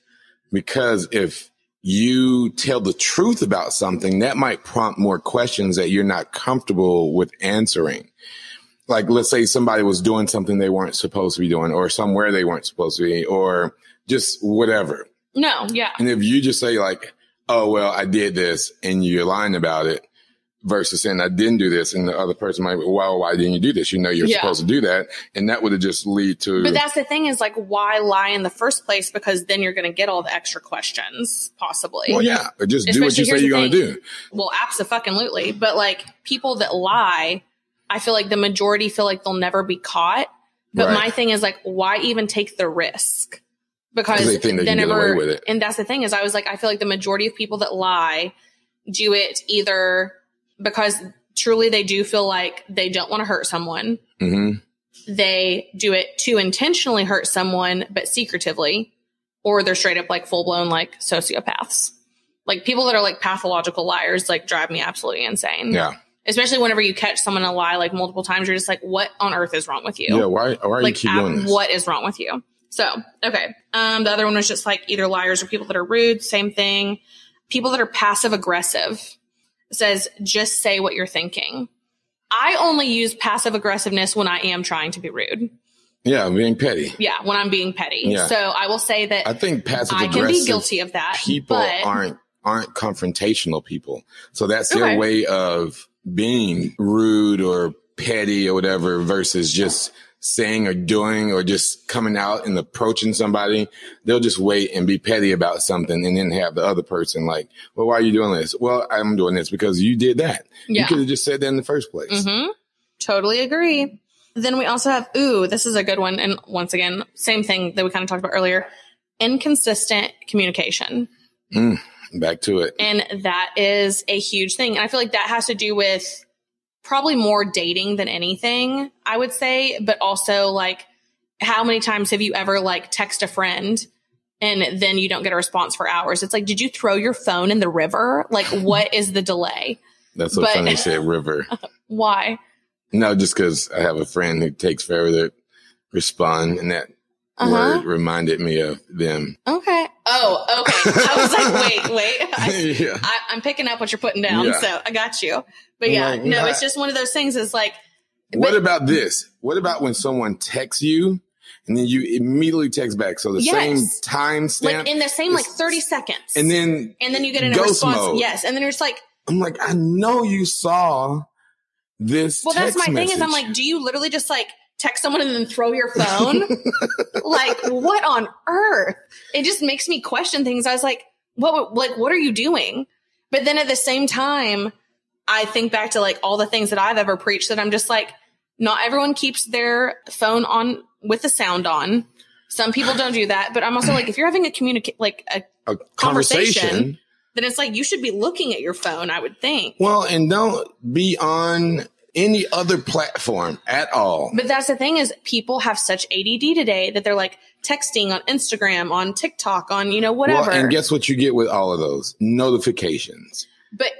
[SPEAKER 2] because if you tell the truth about something, that might prompt more questions that you're not comfortable with answering. Like, let's say somebody was doing something they weren't supposed to be doing, or somewhere they weren't supposed to be, or just whatever.
[SPEAKER 3] No, yeah.
[SPEAKER 2] And if you just say, like, oh, well, I did this, and you're lying about it, versus saying, I didn't do this, and the other person might, well, why didn't you do this? You know, you're
[SPEAKER 3] Yeah.
[SPEAKER 2] supposed to do that. And that would have just lead to.
[SPEAKER 3] But that's the thing is like, why lie in the first place? Because then you're going to get all the extra questions, possibly.
[SPEAKER 2] well, yeah, or just do what you
[SPEAKER 3] Especially
[SPEAKER 2] say
[SPEAKER 3] here's
[SPEAKER 2] you're
[SPEAKER 3] the
[SPEAKER 2] going to
[SPEAKER 3] thing.
[SPEAKER 2] do.
[SPEAKER 3] Well, absolutely. But like people that lie, I feel like the majority feel like they'll never be caught. But
[SPEAKER 2] Right.
[SPEAKER 3] my thing is like, why even take the risk?
[SPEAKER 2] 'Cause
[SPEAKER 3] Because
[SPEAKER 2] they think they can
[SPEAKER 3] then
[SPEAKER 2] get away
[SPEAKER 3] ever-
[SPEAKER 2] with it.
[SPEAKER 3] and that's the thing is I was like, I feel like the majority of people that lie do it either because truly they do feel like they don't want to hurt someone.
[SPEAKER 2] hmm
[SPEAKER 3] They do it to intentionally hurt someone, but secretively, or they're straight up like full blown like sociopaths. Like people that are like pathological liars, like drive me absolutely insane.
[SPEAKER 2] Yeah.
[SPEAKER 3] Especially whenever you catch someone in a lie like multiple times, you're just like, what on earth is wrong with you?
[SPEAKER 2] Yeah. Why, why
[SPEAKER 3] like,
[SPEAKER 2] you keep
[SPEAKER 3] at-
[SPEAKER 2] doing this?
[SPEAKER 3] what is wrong with you? So, okay. Um, the other one was just like either liars or people that are rude, same thing. People that are passive aggressive It says, just say what you're thinking. I only use passive aggressiveness when I am trying to be rude.
[SPEAKER 2] Yeah. Being petty.
[SPEAKER 3] Yeah, when I'm being petty.
[SPEAKER 2] Yeah.
[SPEAKER 3] So I will say that
[SPEAKER 2] I
[SPEAKER 3] I,
[SPEAKER 2] think passive
[SPEAKER 3] can be
[SPEAKER 2] aggressive
[SPEAKER 3] guilty of that.
[SPEAKER 2] people
[SPEAKER 3] but
[SPEAKER 2] aren't aren't confrontational people. So that's their
[SPEAKER 3] Okay.
[SPEAKER 2] way of being rude or petty or whatever versus just saying or doing or just coming out and approaching somebody. They'll just wait and be petty about something and then have the other person like, well, why are you doing this? Well, I'm doing this because you did that. You
[SPEAKER 3] Yeah.
[SPEAKER 2] could have just said that in the first place.
[SPEAKER 3] Mm-hmm. Totally agree. Then we also have, ooh, this is a good one. And once again, same thing that we kind of talked about earlier inconsistent communication.
[SPEAKER 2] Back to it.
[SPEAKER 3] And that is a huge thing. And I feel like that has to do with probably more dating than anything, I would say, but also like how many times have you ever like text a friend and then you don't get a response for hours? It's like, did you throw your phone in the river? Like, what is the delay?
[SPEAKER 2] That's what
[SPEAKER 3] But-
[SPEAKER 2] funny said, River.
[SPEAKER 3] Why?
[SPEAKER 2] No, just because I have a friend who takes forever to respond, and that
[SPEAKER 3] Uh-huh.
[SPEAKER 2] word reminded me of them.
[SPEAKER 3] Okay. Oh, okay. I was like, wait, wait. I,
[SPEAKER 2] yeah.
[SPEAKER 3] I, I'm picking up what you're putting down.
[SPEAKER 2] Yeah.
[SPEAKER 3] So I got you. But
[SPEAKER 2] I'm
[SPEAKER 3] yeah,
[SPEAKER 2] like,
[SPEAKER 3] no,
[SPEAKER 2] not-
[SPEAKER 3] it's just one of those things is like,
[SPEAKER 2] What
[SPEAKER 3] but-
[SPEAKER 2] about this? What about when someone texts you and then you immediately text back? So the
[SPEAKER 3] Yes.
[SPEAKER 2] same time stamp.
[SPEAKER 3] like in the same like
[SPEAKER 2] It's-
[SPEAKER 3] 30 seconds.
[SPEAKER 2] and then
[SPEAKER 3] and then you get in a
[SPEAKER 2] Ghost
[SPEAKER 3] response.
[SPEAKER 2] mode.
[SPEAKER 3] Yes, and then you're just like,
[SPEAKER 2] I'm like, I know you saw this.
[SPEAKER 3] well, that's
[SPEAKER 2] text
[SPEAKER 3] my thing. Is I'm
[SPEAKER 2] message.
[SPEAKER 3] like, do you literally just like text someone and then throw your phone? like, what on earth? It just makes me question things. I was like, what? would- Like, what are you doing? But then at the same time, I think back to like all the things that I've ever preached that I'm just like, not everyone keeps their phone on with the sound on. Some people don't do that, but I'm also like, if you're having a communicate, like, a,
[SPEAKER 2] a
[SPEAKER 3] conversation.
[SPEAKER 2] conversation.
[SPEAKER 3] then it's like you should be looking at your phone. I would think.
[SPEAKER 2] Well, and don't be on any other platform at all.
[SPEAKER 3] But that's the thing is people have such ADD today that they're like texting on Instagram, on TikTok, on you know whatever.
[SPEAKER 2] Well, and guess what you get with all of those notifications.
[SPEAKER 3] but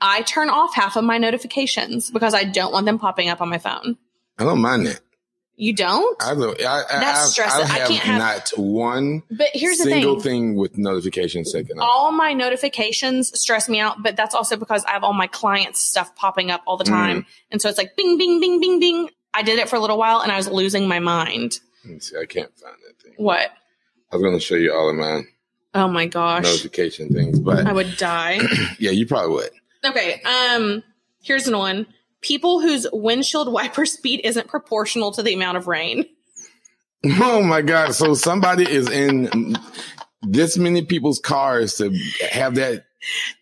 [SPEAKER 3] I turn off half of my notifications because I don't want them popping up on my phone.
[SPEAKER 2] I don't mind that.
[SPEAKER 3] You don't?
[SPEAKER 2] I don't. I, I,
[SPEAKER 3] That's
[SPEAKER 2] I've-
[SPEAKER 3] stressful.
[SPEAKER 2] I
[SPEAKER 3] I
[SPEAKER 2] have
[SPEAKER 3] can't have-
[SPEAKER 2] not one
[SPEAKER 3] but here's the
[SPEAKER 2] single
[SPEAKER 3] thing.
[SPEAKER 2] thing. with notifications taken off.
[SPEAKER 3] All my notifications stress me out, but that's also because I have all my clients stuff popping up all the
[SPEAKER 2] Mm.
[SPEAKER 3] time. And so it's like bing bing bing bing bing. I did it for a little while and I was losing my mind.
[SPEAKER 2] Let me see. I can't find that thing.
[SPEAKER 3] What?
[SPEAKER 2] I was going to show you all of my
[SPEAKER 3] Oh my gosh. Oh.
[SPEAKER 2] notification things,
[SPEAKER 3] I
[SPEAKER 2] but
[SPEAKER 3] would die.
[SPEAKER 2] yeah, you probably would.
[SPEAKER 3] Okay. Um. Here's an one. People whose windshield wiper speed isn't proportional to the amount of rain.
[SPEAKER 2] Oh my God. So somebody is in this many people's cars to have that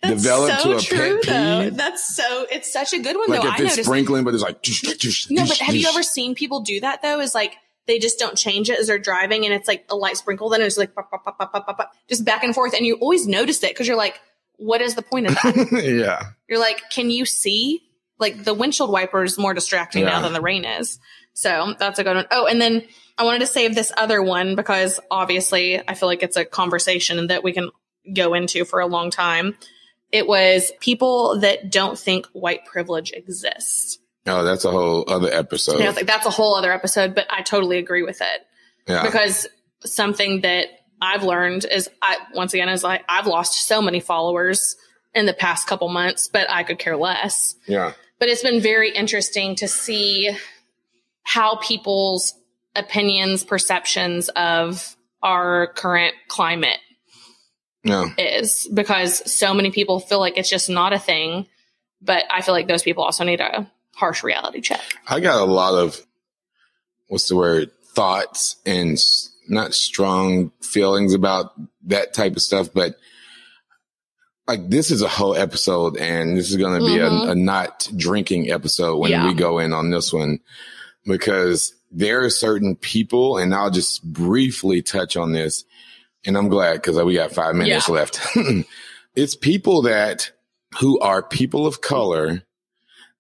[SPEAKER 3] That's
[SPEAKER 2] developed
[SPEAKER 3] so
[SPEAKER 2] to a
[SPEAKER 3] true,
[SPEAKER 2] pet
[SPEAKER 3] though.
[SPEAKER 2] peeve.
[SPEAKER 3] That's so. It's such a good one,
[SPEAKER 2] Like
[SPEAKER 3] though.
[SPEAKER 2] if
[SPEAKER 3] I
[SPEAKER 2] it's
[SPEAKER 3] noticed.
[SPEAKER 2] sprinkling, but it's like, "Tsh, tsh, tsh,
[SPEAKER 3] no,
[SPEAKER 2] tsh,
[SPEAKER 3] but have you
[SPEAKER 2] tsh."
[SPEAKER 3] ever seen people do that though? Is like they just don't change it as they're driving, and it's like a light sprinkle, then it's like pop, pop, pop, pop, pop, pop, pop, just back and forth, and you always notice it because you're like, what is the point of that?
[SPEAKER 2] yeah.
[SPEAKER 3] you're like, can you see? Like the windshield wiper is more distracting
[SPEAKER 2] Yeah.
[SPEAKER 3] now than the rain is. So that's a good one. Oh, and then I wanted to save this other one because obviously I feel like it's a conversation that we can go into for a long time. It was people that don't think white privilege exists.
[SPEAKER 2] Oh, that's a whole other episode.
[SPEAKER 3] And I was like, that's a whole other episode, but I totally agree with it
[SPEAKER 2] yeah.
[SPEAKER 3] because something that I've learned is I once again is like I've lost so many followers in the past couple months, but I could care less.
[SPEAKER 2] Yeah.
[SPEAKER 3] But it's been very interesting to see how people's opinions, perceptions of our current climate
[SPEAKER 2] Yeah.
[SPEAKER 3] is because so many people feel like it's just not a thing. But I feel like those people also need a harsh reality check.
[SPEAKER 2] I got a lot of what's the word thoughts and s- not strong feelings about that type of stuff, but like this is a whole episode, and this is going to be
[SPEAKER 3] Mhm.
[SPEAKER 2] a, a not drinking episode when
[SPEAKER 3] Yeah.
[SPEAKER 2] we go in on this one because there are certain people, and I'll just briefly touch on this, and I'm glad because we got five minutes left. it's people that who are people of color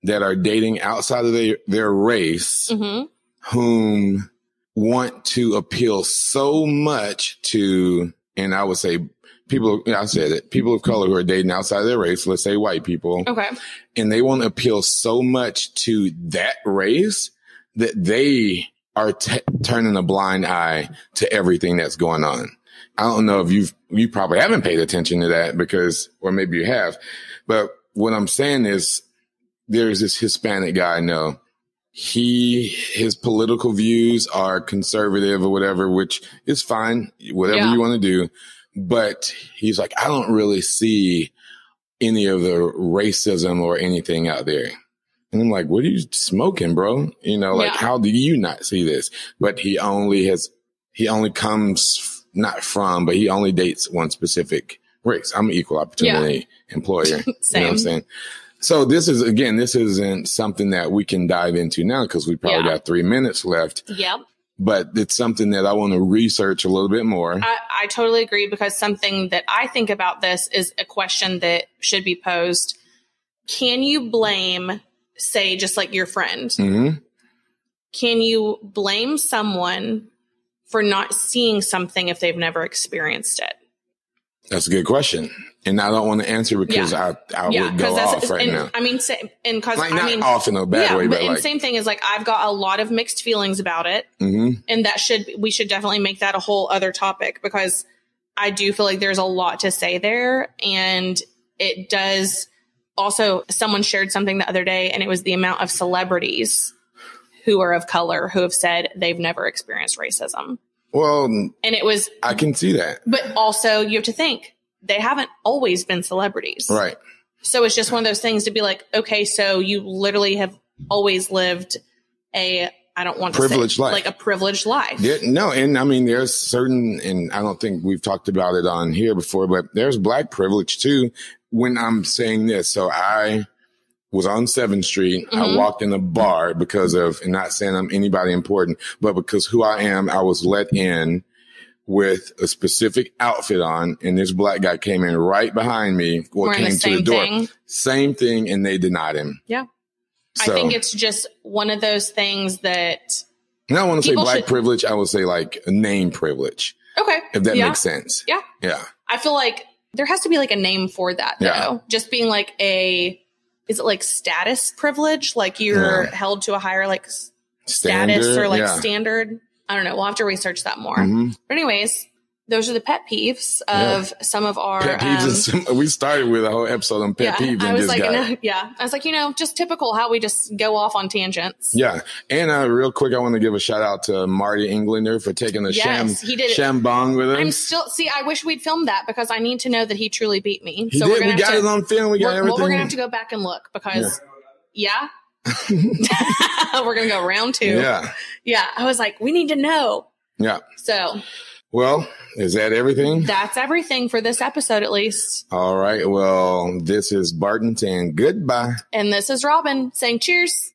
[SPEAKER 2] that are dating outside of their, their race
[SPEAKER 3] hmm
[SPEAKER 2] whom want to appeal so much to, and I would say people, yeah, I said it, people of color who are dating outside of their race, let's say white people,
[SPEAKER 3] Okay.
[SPEAKER 2] and they want to appeal so much to that race that they are t- turning a blind eye to everything that's going on. I don't know if you've, you probably haven't paid attention to that because, or maybe you have, but what I'm saying is there's this Hispanic guy I know. He, his political views are conservative or whatever, which is fine, whatever
[SPEAKER 3] Yeah.
[SPEAKER 2] you want to do. But he's like, I don't really see any of the racism or anything out there. And I'm like, what are you smoking, bro? You know, like,
[SPEAKER 3] Yeah.
[SPEAKER 2] how do you not see this? But he only has, he only comes f- not from, but he only dates one specific race. I'm an equal opportunity employer. You know what
[SPEAKER 3] Same.
[SPEAKER 2] I'm saying? So this is again, this isn't something that we can dive into now because we probably
[SPEAKER 3] Yeah.
[SPEAKER 2] got three minutes left.
[SPEAKER 3] Yep.
[SPEAKER 2] But it's something that I want to research a little bit more.
[SPEAKER 3] I, I totally agree because something that I think about this is a question that should be posed. Can you blame, say, just like your friend?
[SPEAKER 2] hmm
[SPEAKER 3] Can you blame someone for not seeing something if they've never experienced it?
[SPEAKER 2] That's a good question, and I don't want to answer because I I would go off right
[SPEAKER 3] and,
[SPEAKER 2] now.
[SPEAKER 3] I mean, sa- and because
[SPEAKER 2] Like
[SPEAKER 3] I
[SPEAKER 2] not
[SPEAKER 3] mean,
[SPEAKER 2] off in a bad
[SPEAKER 3] yeah,
[SPEAKER 2] way,
[SPEAKER 3] but
[SPEAKER 2] but,
[SPEAKER 3] and
[SPEAKER 2] like,
[SPEAKER 3] same thing is like I've got a lot of mixed feelings about it.
[SPEAKER 2] mhm.
[SPEAKER 3] and that should we should definitely make that a whole other topic because I do feel like there's a lot to say there and it does also someone shared something the other day and it was the amount of celebrities who are of color who have said they've never experienced racism
[SPEAKER 2] well,
[SPEAKER 3] and it was
[SPEAKER 2] I can see that,
[SPEAKER 3] but also you have to think they haven't always been celebrities
[SPEAKER 2] right?
[SPEAKER 3] so it's just one of those things to be like okay so you literally have always lived a I don't want to
[SPEAKER 2] Privileged
[SPEAKER 3] say,
[SPEAKER 2] life.
[SPEAKER 3] like a privileged life
[SPEAKER 2] There, no, and I mean, there's certain, and I don't think we've talked about it on here before, but there's black privilege too. When I'm saying this, so I was on Seventh Street. I
[SPEAKER 3] Mhm.
[SPEAKER 2] walked in a bar because of, and not saying I'm anybody important, but because who I am, I was let in with a specific outfit on, and this black guy came in right behind me or
[SPEAKER 3] We're in
[SPEAKER 2] came
[SPEAKER 3] the
[SPEAKER 2] to the
[SPEAKER 3] same
[SPEAKER 2] door.
[SPEAKER 3] thing.
[SPEAKER 2] Same thing, and they denied him.
[SPEAKER 3] Yeah.
[SPEAKER 2] So,
[SPEAKER 3] I think it's just one of those things that
[SPEAKER 2] and I want to say
[SPEAKER 3] people
[SPEAKER 2] black
[SPEAKER 3] should-
[SPEAKER 2] privilege. I would say like name privilege,
[SPEAKER 3] okay,
[SPEAKER 2] if that
[SPEAKER 3] yeah.
[SPEAKER 2] makes sense.
[SPEAKER 3] Yeah.
[SPEAKER 2] Yeah.
[SPEAKER 3] I feel like there has to be like a name for that though.
[SPEAKER 2] Yeah.
[SPEAKER 3] Just being like a is it like status privilege? Like you're
[SPEAKER 2] Yeah.
[SPEAKER 3] held to a higher like s- status
[SPEAKER 2] Standard,
[SPEAKER 3] or like
[SPEAKER 2] yeah.
[SPEAKER 3] standard? I don't know. We'll have to research that more.
[SPEAKER 2] Mhm.
[SPEAKER 3] But anyways, those are the pet peeves of some of our
[SPEAKER 2] Pet peeves.
[SPEAKER 3] um,
[SPEAKER 2] and some, we started with a whole episode on pet
[SPEAKER 3] yeah,
[SPEAKER 2] peeves
[SPEAKER 3] I
[SPEAKER 2] and
[SPEAKER 3] was
[SPEAKER 2] this
[SPEAKER 3] like,
[SPEAKER 2] guy.
[SPEAKER 3] yeah, I was like, you know, just typical how we just go off on tangents.
[SPEAKER 2] Yeah, and uh, real quick, I want to give a shout out to Marty Englander for taking a sham
[SPEAKER 3] Yes, he did it.
[SPEAKER 2] shambong with
[SPEAKER 3] I'm
[SPEAKER 2] us.
[SPEAKER 3] still see. I wish we'd filmed that because I need to know that he truly beat me.
[SPEAKER 2] He did.
[SPEAKER 3] gonna
[SPEAKER 2] We
[SPEAKER 3] have
[SPEAKER 2] got
[SPEAKER 3] to-
[SPEAKER 2] it on film. We got
[SPEAKER 3] we're, well,
[SPEAKER 2] everything.
[SPEAKER 3] we're gonna have to go back and look because yeah, we're gonna go round two.
[SPEAKER 2] yeah,
[SPEAKER 3] Yeah, I was like, we need to know.
[SPEAKER 2] yeah.
[SPEAKER 3] So
[SPEAKER 2] Well, is that everything?
[SPEAKER 3] that's everything for this episode, at least.
[SPEAKER 2] All right. Well, this is Barton saying goodbye.
[SPEAKER 3] And this is Robin saying cheers.